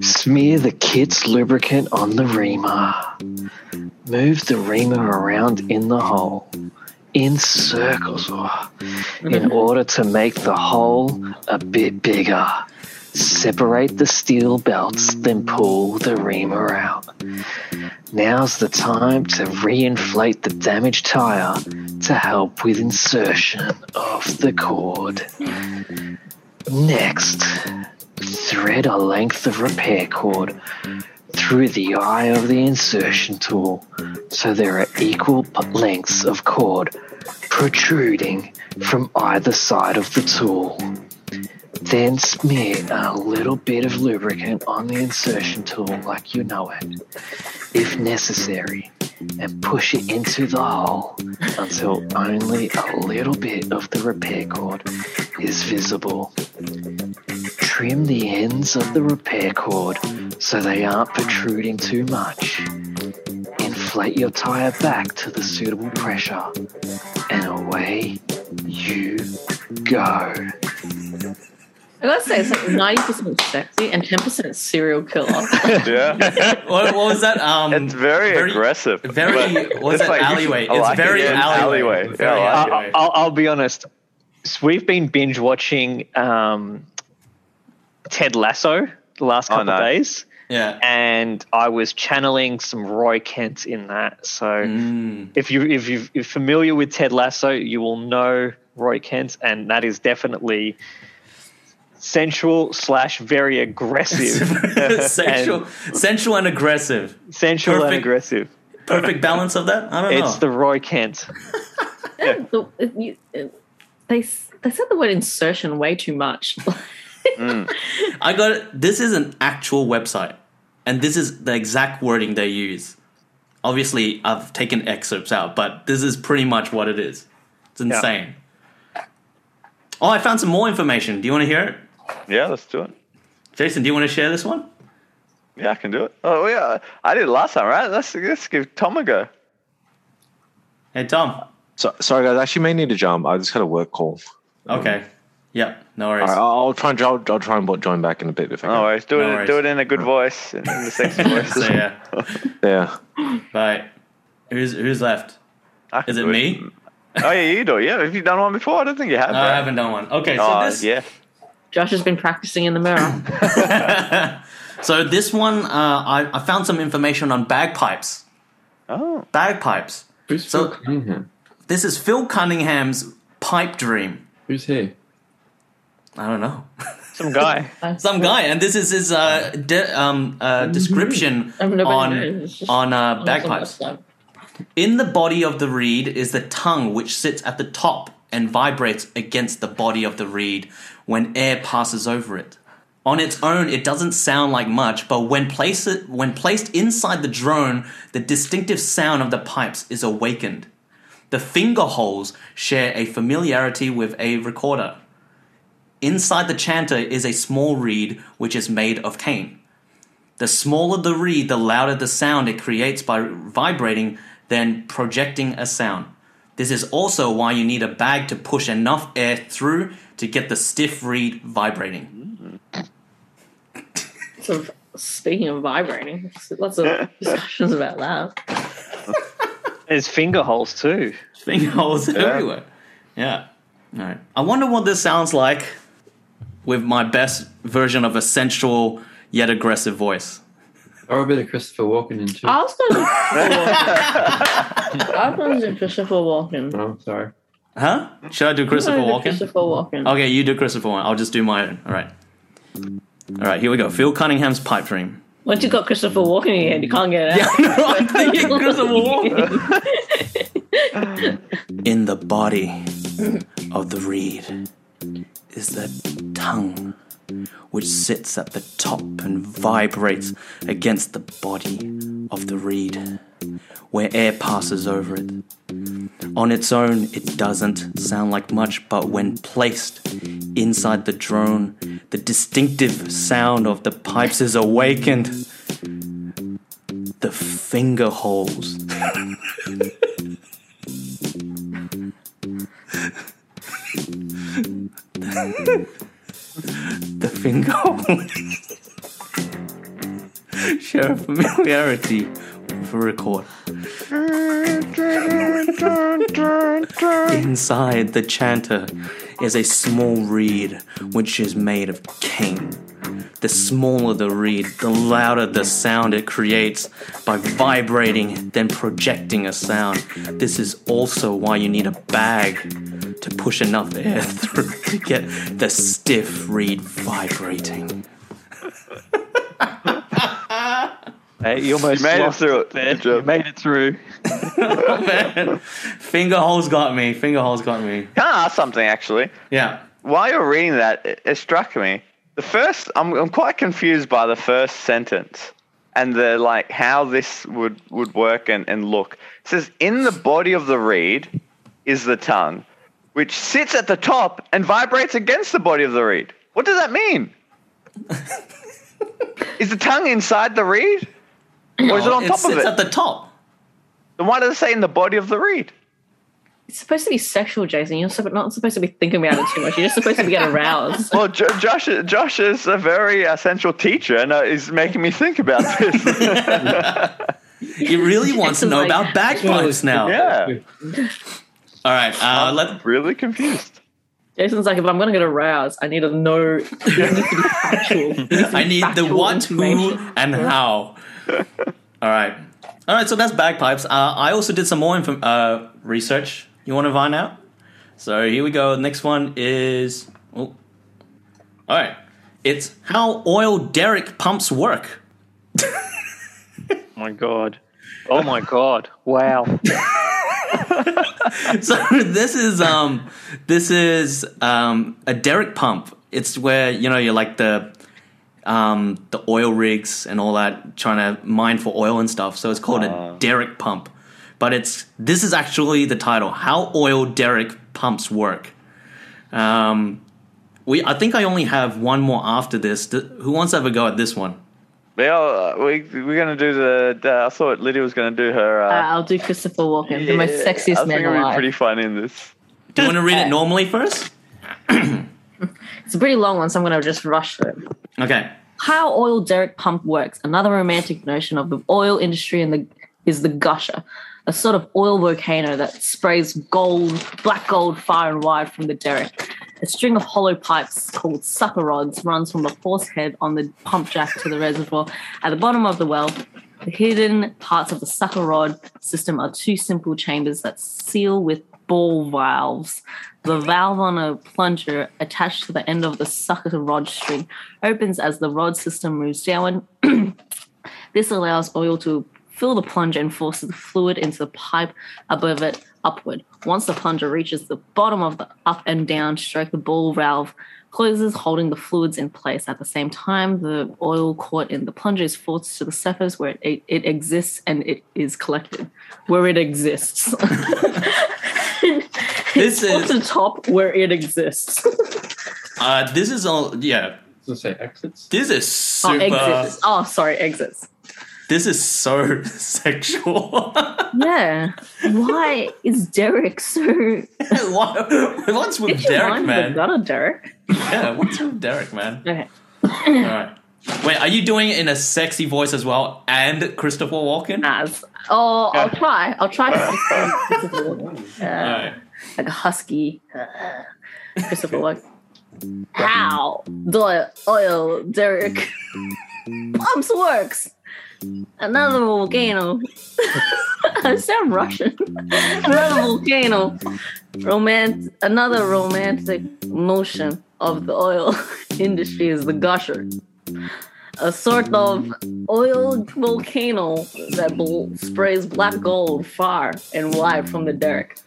Speaker 3: Smear the kit's lubricant on the reamer. Move the reamer around in the hole, in circles, oh, in order to make the hole a bit bigger. Separate the steel belts, then pull the reamer out. Now's the time to reinflate the damaged tire to help with insertion of the cord. Next, thread a length of repair cord through the eye of the insertion tool so there are equal p- lengths of cord protruding from either side of the tool. Then smear a little bit of lubricant on the insertion tool like you know it, if necessary, and push it into the hole until only a little bit of the repair cord is visible. Trim the ends of the repair cord so they aren't protruding too much. Inflate your tire back to the suitable pressure, and away you go.
Speaker 5: I gotta say, it's like 90% sexy and 10%
Speaker 6: [LAUGHS]
Speaker 5: serial killer.
Speaker 6: [LAUGHS]
Speaker 5: [LAUGHS]
Speaker 6: Yeah,
Speaker 2: What, what was that? Um,
Speaker 6: it's very,
Speaker 2: Very-
Speaker 6: aggressive.
Speaker 2: very-
Speaker 6: but
Speaker 2: what's
Speaker 6: it's
Speaker 2: that alleyway?
Speaker 6: I
Speaker 2: It's
Speaker 6: like it,
Speaker 2: very
Speaker 6: yeah,
Speaker 2: alleyway.
Speaker 6: Yeah,
Speaker 2: Very
Speaker 6: I like it.
Speaker 2: alleyway. Anyway.
Speaker 9: I, I'll, I'll be honest. So We've been binge watching um, Ted Lasso the last
Speaker 6: Oh,
Speaker 9: couple
Speaker 6: no.
Speaker 9: of days,
Speaker 2: yeah.
Speaker 9: and I was channeling some Roy Kent in that. So
Speaker 2: Mm.
Speaker 9: if you if you've- you're familiar with Ted Lasso, you will know Roy Kent, and that is definitely sensual slash
Speaker 6: [LAUGHS]
Speaker 9: very aggressive,
Speaker 2: [LAUGHS] sensual, sensual and aggressive.
Speaker 9: sensual and
Speaker 2: Perfect.
Speaker 9: aggressive.
Speaker 2: Perfect balance of that. I
Speaker 6: Oh.
Speaker 2: don't know.
Speaker 9: It's the Roy Kent.
Speaker 5: The- it- you- it- they, s- they said the word insertion way too much. [LAUGHS]
Speaker 2: I got it. This is an actual website, and this is the exact wording they use. Obviously, I've taken excerpts out, but this is pretty much what it is. It's insane. Oh, I found some more information. Do you want to hear it?
Speaker 6: Yeah, let's do it.
Speaker 2: Jason, do you want to share this one?
Speaker 6: Yeah, I can do it. Oh yeah, I did it last time, right? Let's let's give Tom a go.
Speaker 2: Hey, Tom.
Speaker 4: So, sorry, guys. I actually may need to jump. I just had a work call.
Speaker 2: Okay. Yep. No worries.
Speaker 4: All right, I'll I'll try and I'll, I'll try and bo- join back in a bit if I can.
Speaker 6: No worries. Do it.
Speaker 2: No worries.
Speaker 6: Do it in a good voice, in, in the
Speaker 2: [LAUGHS]
Speaker 6: sexy voice.
Speaker 2: so yeah.
Speaker 6: Oh.
Speaker 4: Yeah.
Speaker 2: Bye. Who's who's left?
Speaker 6: I can
Speaker 2: Is it
Speaker 6: do
Speaker 2: me?
Speaker 6: Oh yeah, you do. it. Yeah, have you done one before? I don't think you have.
Speaker 2: No, I haven't done one. Okay. So
Speaker 6: Oh
Speaker 2: this.
Speaker 6: yeah.
Speaker 5: Josh has been practicing in the mirror. [LAUGHS]
Speaker 2: [LAUGHS] So this one, uh, I, I found some information on bagpipes.
Speaker 6: Oh,
Speaker 2: Bagpipes.
Speaker 8: Who's
Speaker 2: So-
Speaker 8: Phil Cunningham?
Speaker 2: This is Phil Cunningham's pipe dream.
Speaker 8: Who's he?
Speaker 2: I don't know. [LAUGHS]
Speaker 9: Some guy.
Speaker 2: Some guy, and this is his uh, de- um, uh, description
Speaker 5: I've never
Speaker 2: on
Speaker 5: noticed.
Speaker 2: on uh, bagpipes.
Speaker 5: Awesome.
Speaker 2: In the body of the reed is the tongue, which sits at the top and vibrates against the body of the reed when air passes over it. On its own, it doesn't sound like much, but when, place when placed inside the drone, the distinctive sound of the pipes is awakened. The finger holes share a familiarity with a recorder. Inside the chanter is a small reed which is made of cane. The smaller the reed, the louder the sound it creates by vibrating, then projecting a sound. This is also why you need a bag to push enough air through to get the stiff reed vibrating.
Speaker 5: So, speaking of vibrating, lots
Speaker 6: [LAUGHS]
Speaker 5: of discussions about that.
Speaker 9: There's finger holes too.
Speaker 2: Finger [LAUGHS] holes everywhere. Yeah. All right. I wonder what this sounds like with my best version of a sensual yet aggressive voice.
Speaker 8: Or Oh, a bit of Christopher Walken in too.
Speaker 5: I was going to.
Speaker 6: [LAUGHS]
Speaker 5: I was going to do Christopher Walken.
Speaker 8: Oh, sorry.
Speaker 2: Huh? Should I do Christopher
Speaker 5: I'm gonna do
Speaker 2: Walken?
Speaker 5: Christopher Walken.
Speaker 6: Oh.
Speaker 2: Okay, you do Christopher one. I'll just do my own. All right. All right, here we go. Phil Cunningham's pipe dream. [LAUGHS]
Speaker 5: Once you got Christopher Walken in your head, you can't get it
Speaker 2: Yeah,
Speaker 5: out.
Speaker 2: no,
Speaker 5: [LAUGHS]
Speaker 2: I'm thinking Christopher Walken. In the body of the reed is the tongue, which sits at the top and vibrates against the body of the reed, where air passes over it. On its own, it doesn't sound like much, but when placed inside the drone, the distinctive sound of the pipes is awakened. The finger holes. the finger holes [LAUGHS] share a familiarity with a record. Inside the chanter is a small reed which is made of cane. The smaller the reed, the louder the sound it creates by vibrating, then projecting a sound. This is also why you need a bag to push enough air [LAUGHS] through to get the stiff reed vibrating.
Speaker 3: Hey, you almost
Speaker 6: You made it
Speaker 3: lost
Speaker 6: through it.
Speaker 3: there.
Speaker 6: Good job.
Speaker 3: You made it through.
Speaker 2: oh, man. [LAUGHS] Finger holes got me. Finger holes got me.
Speaker 6: Can I ask something actually?
Speaker 2: Yeah.
Speaker 6: While you're reading that, it, it struck me. The first, I'm, I'm quite confused by the first sentence and the like how this would would work and, and look. It says, "In the body of the reed is the tongue, which sits at the top and vibrates against the body of the reed." What does that
Speaker 2: [LAUGHS]
Speaker 6: mean? is the tongue inside the reed, or is it on
Speaker 2: it
Speaker 6: top of
Speaker 2: sits
Speaker 6: it?
Speaker 2: at the top.
Speaker 6: then why does it say in the body of the reed?
Speaker 5: It's supposed to be sexual, Jason. You're sup- not supposed to be thinking about it too much. You're just supposed to be getting
Speaker 6: [LAUGHS]
Speaker 5: aroused.
Speaker 6: Well, jo- Josh, Josh is a very essential teacher, and uh, is making me think about this.
Speaker 2: You really want to
Speaker 5: It's
Speaker 2: know
Speaker 5: like-
Speaker 2: about
Speaker 5: [LAUGHS]
Speaker 2: bagpipes now.
Speaker 6: yeah,
Speaker 2: All right. Uh, let,
Speaker 6: really confused.
Speaker 5: Jason's like, if I'm going to get aroused, I need to know. [LAUGHS] it needs to be factual.
Speaker 6: [LAUGHS]
Speaker 5: It needs to be
Speaker 2: I need the
Speaker 5: factual
Speaker 2: what, who,
Speaker 5: information.
Speaker 2: and how. All right. All right. So that's bagpipes. Uh, I also did some more inform- uh, research. You want to find out? So here we go. The next one is. Oh. All right. It's how oil derrick pumps work.
Speaker 3: Oh my god. Oh my god. Wow. [LAUGHS]
Speaker 2: [LAUGHS] so this is um this is um a derrick pump. It's where you know you're like the um the oil rigs and all that trying to mine for oil and stuff. So it's called a derrick pump. But it's this is actually the title: How Oil Derrick Pumps Work. Um, we I think I only have one more after this. Th- who wants to have a go at this one?
Speaker 6: Yeah, uh, we we're gonna do the. the- I thought Lydia was gonna do her. Uh,
Speaker 5: Uh, I'll do Christopher Walken, the most
Speaker 6: yeah,
Speaker 5: sexiest
Speaker 6: I think
Speaker 5: man
Speaker 6: it'll be
Speaker 5: alive.
Speaker 6: pretty fun in this. [LAUGHS]
Speaker 2: Do you want to read it normally first?
Speaker 5: It's a pretty long one, so I'm going to just rush through it.
Speaker 2: Okay.
Speaker 5: How oil derrick pump works, another romantic notion of the oil industry and the is the gusher, a sort of oil volcano that sprays gold, black gold far and wide from the derrick. A string of hollow pipes called sucker rods runs from the horse head on the pump jack to the reservoir at the bottom of the well. The hidden parts of the sucker rod system are two simple chambers that seal with ball valves. The valve on a plunger attached to the end of the sucker rod string opens as the rod system moves down. [CLEARS THROAT] this allows oil to fill the plunger and forces the fluid into the pipe above it upward. Once the plunger reaches the bottom of the up and down stroke, the ball valve closes, holding the fluids in place. At the same time, the oil caught in the plunger is forced to the surface where it, it exists and it is collected. Where it exists. [LAUGHS]
Speaker 2: This
Speaker 5: Off
Speaker 2: is
Speaker 5: the top where it exists.
Speaker 2: uh, this is all yeah.
Speaker 8: Does it say exits?
Speaker 2: This is
Speaker 5: Oh,
Speaker 2: super.
Speaker 5: exits. Oh, sorry, exits.
Speaker 2: This is so [LAUGHS] sexual. [LAUGHS]
Speaker 5: Yeah. Why is Derek so?
Speaker 2: What- what's with
Speaker 5: Did you
Speaker 2: Derek,
Speaker 5: mind the
Speaker 2: man?
Speaker 5: gutter, Derek?
Speaker 2: Yeah, what's with Derek, man?
Speaker 5: Okay.
Speaker 2: All right. Wait, are you doing it in a sexy voice as well and Christopher Walken?
Speaker 5: As oh, I'll try. I'll try. Christopher Walken.
Speaker 2: All
Speaker 5: Uh,
Speaker 2: right.
Speaker 5: like a husky. Uh, Christopher Walken. How the oil, Derek pumps works. Another volcano. [LAUGHS] I sound Russian. [LAUGHS] another volcano. Romance. Another romantic notion of the oil [LAUGHS] industry is the gusher, a sort of oil volcano that bl- sprays black gold far and wide from the derrick.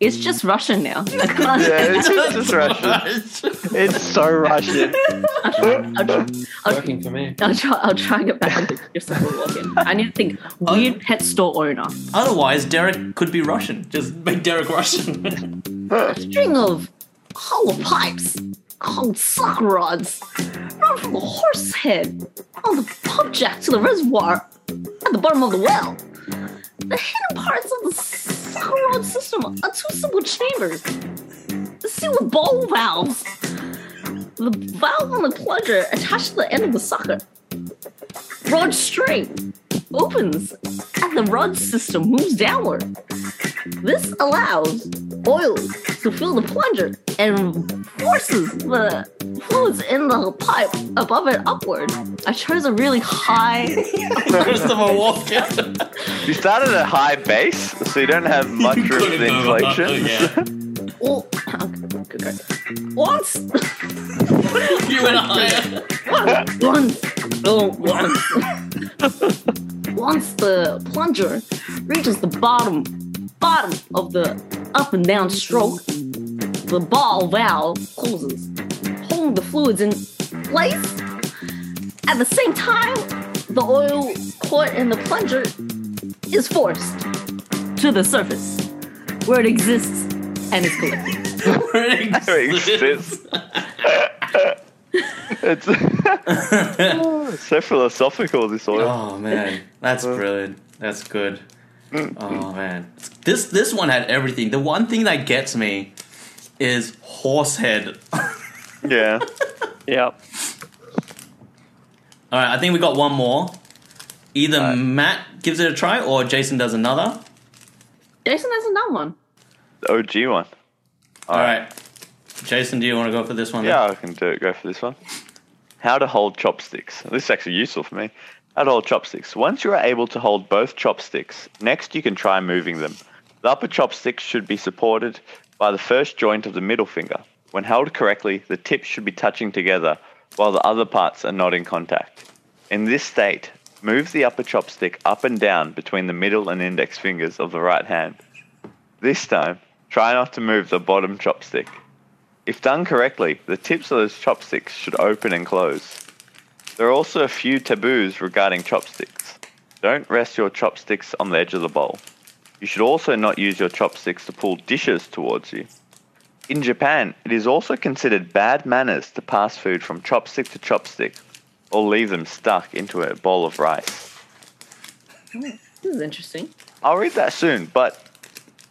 Speaker 5: It's just Russian now. I can't.
Speaker 6: Yeah, it's just Russian.
Speaker 3: It's so Russian.
Speaker 5: I'll, try, I'll, try,
Speaker 8: Working for [LAUGHS] me.
Speaker 5: I'll, try, I'll try and get back into Christopher Walken. I need to think weird pet store owner.
Speaker 2: [LAUGHS] Otherwise, Derek could be Russian. Just make Derek Russian. [LAUGHS]
Speaker 5: string of hollow pipes called suck rods run from the horse head on the pump jack to the reservoir at the bottom of the well. The hidden parts of the suck rod system are two simple chambers sealed with ball valves. The valve on the plunger attached to the end of the sucker rod string opens and the rod system moves downward. This allows oil to fill the plunger and forces the fluids in the pipe above it upward. I chose a really high. [LAUGHS]
Speaker 2: Christopher Walken. [LAUGHS]
Speaker 6: You started at a high base, so you don't have much
Speaker 2: You
Speaker 6: room
Speaker 2: couldn't
Speaker 6: for
Speaker 2: go above-
Speaker 6: inflation.
Speaker 2: yeah.
Speaker 5: Oh, okay, okay. Once,
Speaker 2: [LAUGHS] You went higher.
Speaker 5: once, once, oh, once. once the plunger reaches the bottom bottom of the up and down stroke, the ball valve closes, holding the fluids in place. At the same time, the oil caught in the plunger is forced to the surface, where it exists and is collected.
Speaker 6: It exists. it's [LAUGHS] so philosophical, this oil.
Speaker 2: Oh man, that's brilliant. That's good. Oh man, this this one had everything. The one thing that gets me is horsehead. All
Speaker 6: Yeah.
Speaker 3: Yep.
Speaker 2: right, I think we got one more. Either Matt gives it a try or Jason does another.
Speaker 5: Jason has another one.
Speaker 6: The OG one.
Speaker 2: All right, Jason, do you want to go for this one? then?
Speaker 6: Yeah, I can do it. Go for this one. How to hold chopsticks. This is actually useful for me. How to hold chopsticks. Once you are able to hold both chopsticks, next you can try moving them. The upper chopstick should be supported by the first joint of the middle finger. When held correctly, the tips should be touching together while the other parts are not in contact. In this state, move the upper chopstick up and down between the middle and index fingers of the right hand. This time, try not to move the bottom chopstick. If done correctly, the tips of those chopsticks should open and close. There are also a few taboos regarding chopsticks. Don't rest your chopsticks on the edge of the bowl. You should also not use your chopsticks to pull dishes towards you. In Japan, it is also considered bad manners to pass food from chopstick to chopstick or leave them stuck into a bowl of rice.
Speaker 5: This is interesting.
Speaker 6: I'll read that soon, but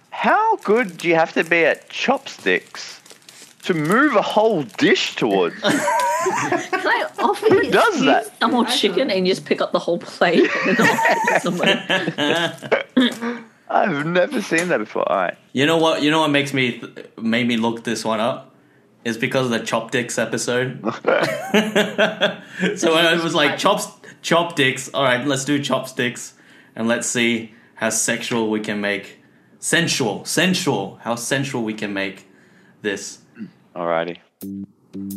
Speaker 6: how good do you have to be at chopsticks to move a whole dish towards?
Speaker 5: Can I offer you
Speaker 6: Who does that?
Speaker 5: some more chicken and you just pick up the whole plate? And then offer it to someone?
Speaker 6: I've never seen that before. All right.
Speaker 2: You know what? You know what makes me th- made me look this one up is because of the chopsticks episode. [LAUGHS] so I was like chops chopsticks. All right, let's do chopsticks and let's see how sexual we can make sensual, sensual. How sensual we can make this. [LAUGHS]
Speaker 6: Alrighty.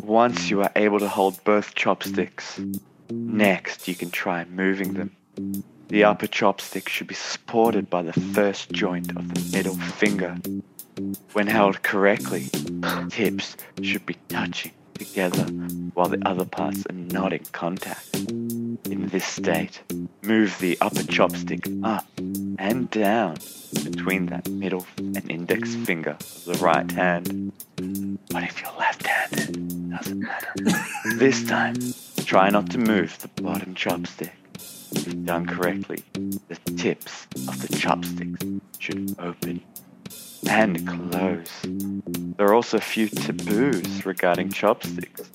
Speaker 6: Once you are able to hold both chopsticks, next you can try moving them. The upper chopstick should be supported by the first joint of the middle finger. When held correctly, tips should be touching together while the other parts are not in contact. In this state, move the upper chopstick up and down between that middle and index finger of the right hand. But if you're left-handed, doesn't matter. this time, try not to move the bottom chopstick. If done correctly, the tips of the chopsticks should open and close. There are also a few taboos regarding chopsticks.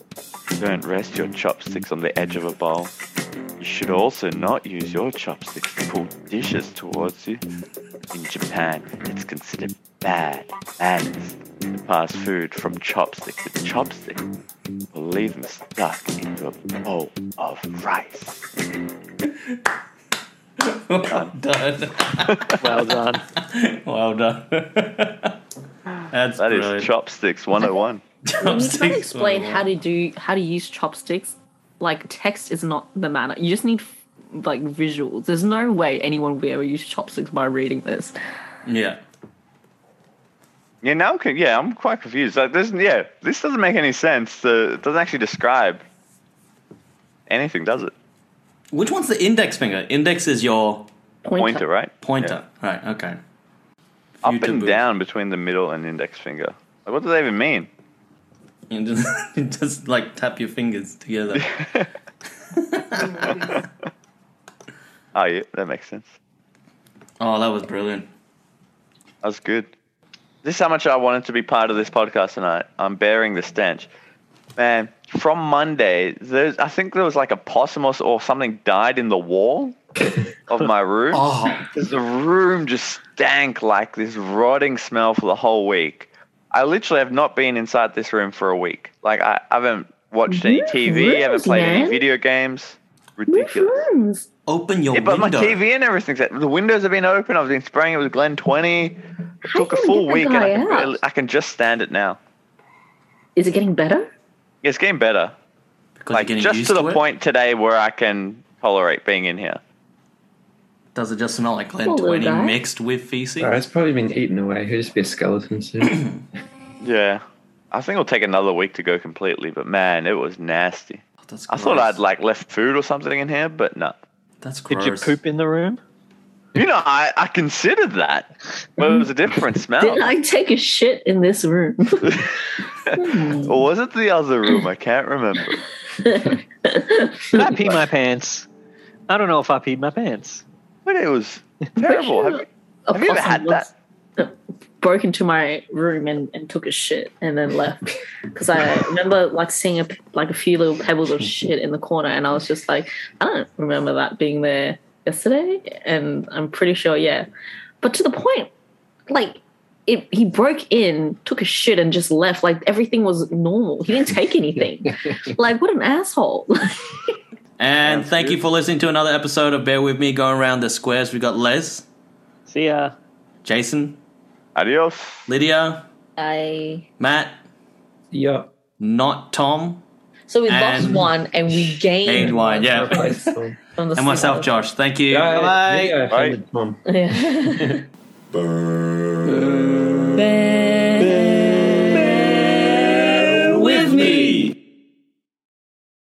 Speaker 6: Don't rest your chopsticks on the edge of a bowl. You should also not use your chopsticks to pull dishes towards you. In Japan, it's considered bad manners to pass food from chopstick to chopstick or leave them stuck into a bowl of rice.
Speaker 2: Well done.
Speaker 3: [LAUGHS] Well done.
Speaker 2: well done. [LAUGHS] That's
Speaker 6: That is
Speaker 2: brilliant.
Speaker 6: chopsticks 101.
Speaker 5: you try to
Speaker 2: Chopsticks
Speaker 5: explain how
Speaker 2: 101.
Speaker 5: to do how to use chopsticks. Like text is not the matter. You just need like visuals. There's no way anyone would ever use chopsticks by reading this.
Speaker 2: Yeah.
Speaker 6: Yeah, now I'm con- yeah, I'm quite confused. Like this, yeah, this doesn't make any sense. The, it doesn't actually describe anything, does it?
Speaker 2: Which one's the index finger? Index is your
Speaker 6: Pointer, right?
Speaker 2: pointer. Right. Okay.
Speaker 6: Yeah. Up
Speaker 2: Few
Speaker 6: and
Speaker 2: taboos.
Speaker 6: down between the middle and index finger. Like, what does that even mean?
Speaker 2: And just, [LAUGHS] just like tap your
Speaker 6: [LAUGHS]
Speaker 2: fingers together.
Speaker 6: Oh, yeah, that makes sense.
Speaker 2: Oh, that was brilliant.
Speaker 6: That was good. This is how much I wanted to be part of this podcast tonight. I'm bearing the stench. Man, from Monday, there's I think there was like a possum or, or something died in the
Speaker 5: [LAUGHS]
Speaker 6: wall of my room.
Speaker 2: Oh,
Speaker 6: 'Cause the room just stank like this rotting smell for the whole week. I literally have not been inside this room for a week. Like I, I haven't watched any
Speaker 5: Move
Speaker 6: TV, haven't
Speaker 5: rooms,
Speaker 6: played any
Speaker 5: man.
Speaker 6: video games.
Speaker 5: Move
Speaker 6: Ridiculous.
Speaker 5: [LAUGHS] rooms.
Speaker 2: open your
Speaker 6: Yeah, but my
Speaker 2: window.
Speaker 6: TV and everything's the windows have been open. I've been spraying it with Glen Twenty. It took a
Speaker 5: can you
Speaker 6: full
Speaker 5: get that
Speaker 6: week, and I
Speaker 5: guy
Speaker 6: can,
Speaker 5: out?
Speaker 6: barely- I can just stand it now.
Speaker 5: Is it getting better?
Speaker 6: Yeah, It's getting better.
Speaker 2: because
Speaker 6: like
Speaker 2: you're getting
Speaker 6: just
Speaker 2: used
Speaker 6: to the
Speaker 2: it.
Speaker 6: point today where I can tolerate being in here.
Speaker 2: Does it just smell like Glen
Speaker 5: Poor little
Speaker 2: 20
Speaker 5: guy.
Speaker 2: mixed with feces?
Speaker 8: Oh, it's probably been eaten away. He'll just be a skeleton soon.
Speaker 6: Yeah. I think it'll take another week to go completely, but man, it was nasty.
Speaker 2: Oh, That's
Speaker 6: I
Speaker 2: gross.
Speaker 6: thought I'd like left food or something in here, but no.
Speaker 2: That's
Speaker 3: Did
Speaker 2: gross.
Speaker 3: you poop in the room?
Speaker 6: You know, I, I considered that, but it was a
Speaker 5: [LAUGHS]
Speaker 6: different smell.
Speaker 5: Did I take a shit in
Speaker 6: [LAUGHS]
Speaker 5: this room? Hmm. [LAUGHS]
Speaker 6: Or was it the other room? I can't remember.
Speaker 3: Did I pee my pants? I don't know if I peed my pants.
Speaker 6: But it
Speaker 5: [LAUGHS]
Speaker 6: was terrible.
Speaker 5: sure
Speaker 6: Have you-
Speaker 5: A
Speaker 6: Have you ever
Speaker 5: possum
Speaker 6: had
Speaker 5: was- broke into my room and, and took a shit and then left [LAUGHS] because I remember like seeing a, like a few little pebbles of shit in the corner and I was just like I don't remember that being there yesterday and I'm pretty sure yeah but to the point like it, he broke in took a shit and just left like everything was normal he didn't
Speaker 2: [LAUGHS]
Speaker 5: take anything like what an asshole [LAUGHS]
Speaker 2: and thank you for listening to another episode of Bear With Me Going Around the Squares. We got Les,
Speaker 3: See ya.
Speaker 2: Jason,
Speaker 6: Adios.
Speaker 2: Lydia,
Speaker 5: I
Speaker 2: Matt,
Speaker 8: [COUGHS] yeah.
Speaker 2: not Tom,
Speaker 5: so we lost
Speaker 2: And-
Speaker 5: one and we gained,
Speaker 2: and one,
Speaker 8: [LAUGHS]
Speaker 2: yeah.
Speaker 8: Replace them.
Speaker 5: from the
Speaker 2: and myself,
Speaker 5: [LAUGHS] start.
Speaker 2: Josh. Thank you.
Speaker 8: Yeah,
Speaker 2: Bye.
Speaker 8: yeah,
Speaker 6: Bye.
Speaker 8: yeah, Tom.
Speaker 5: yeah.
Speaker 10: Bear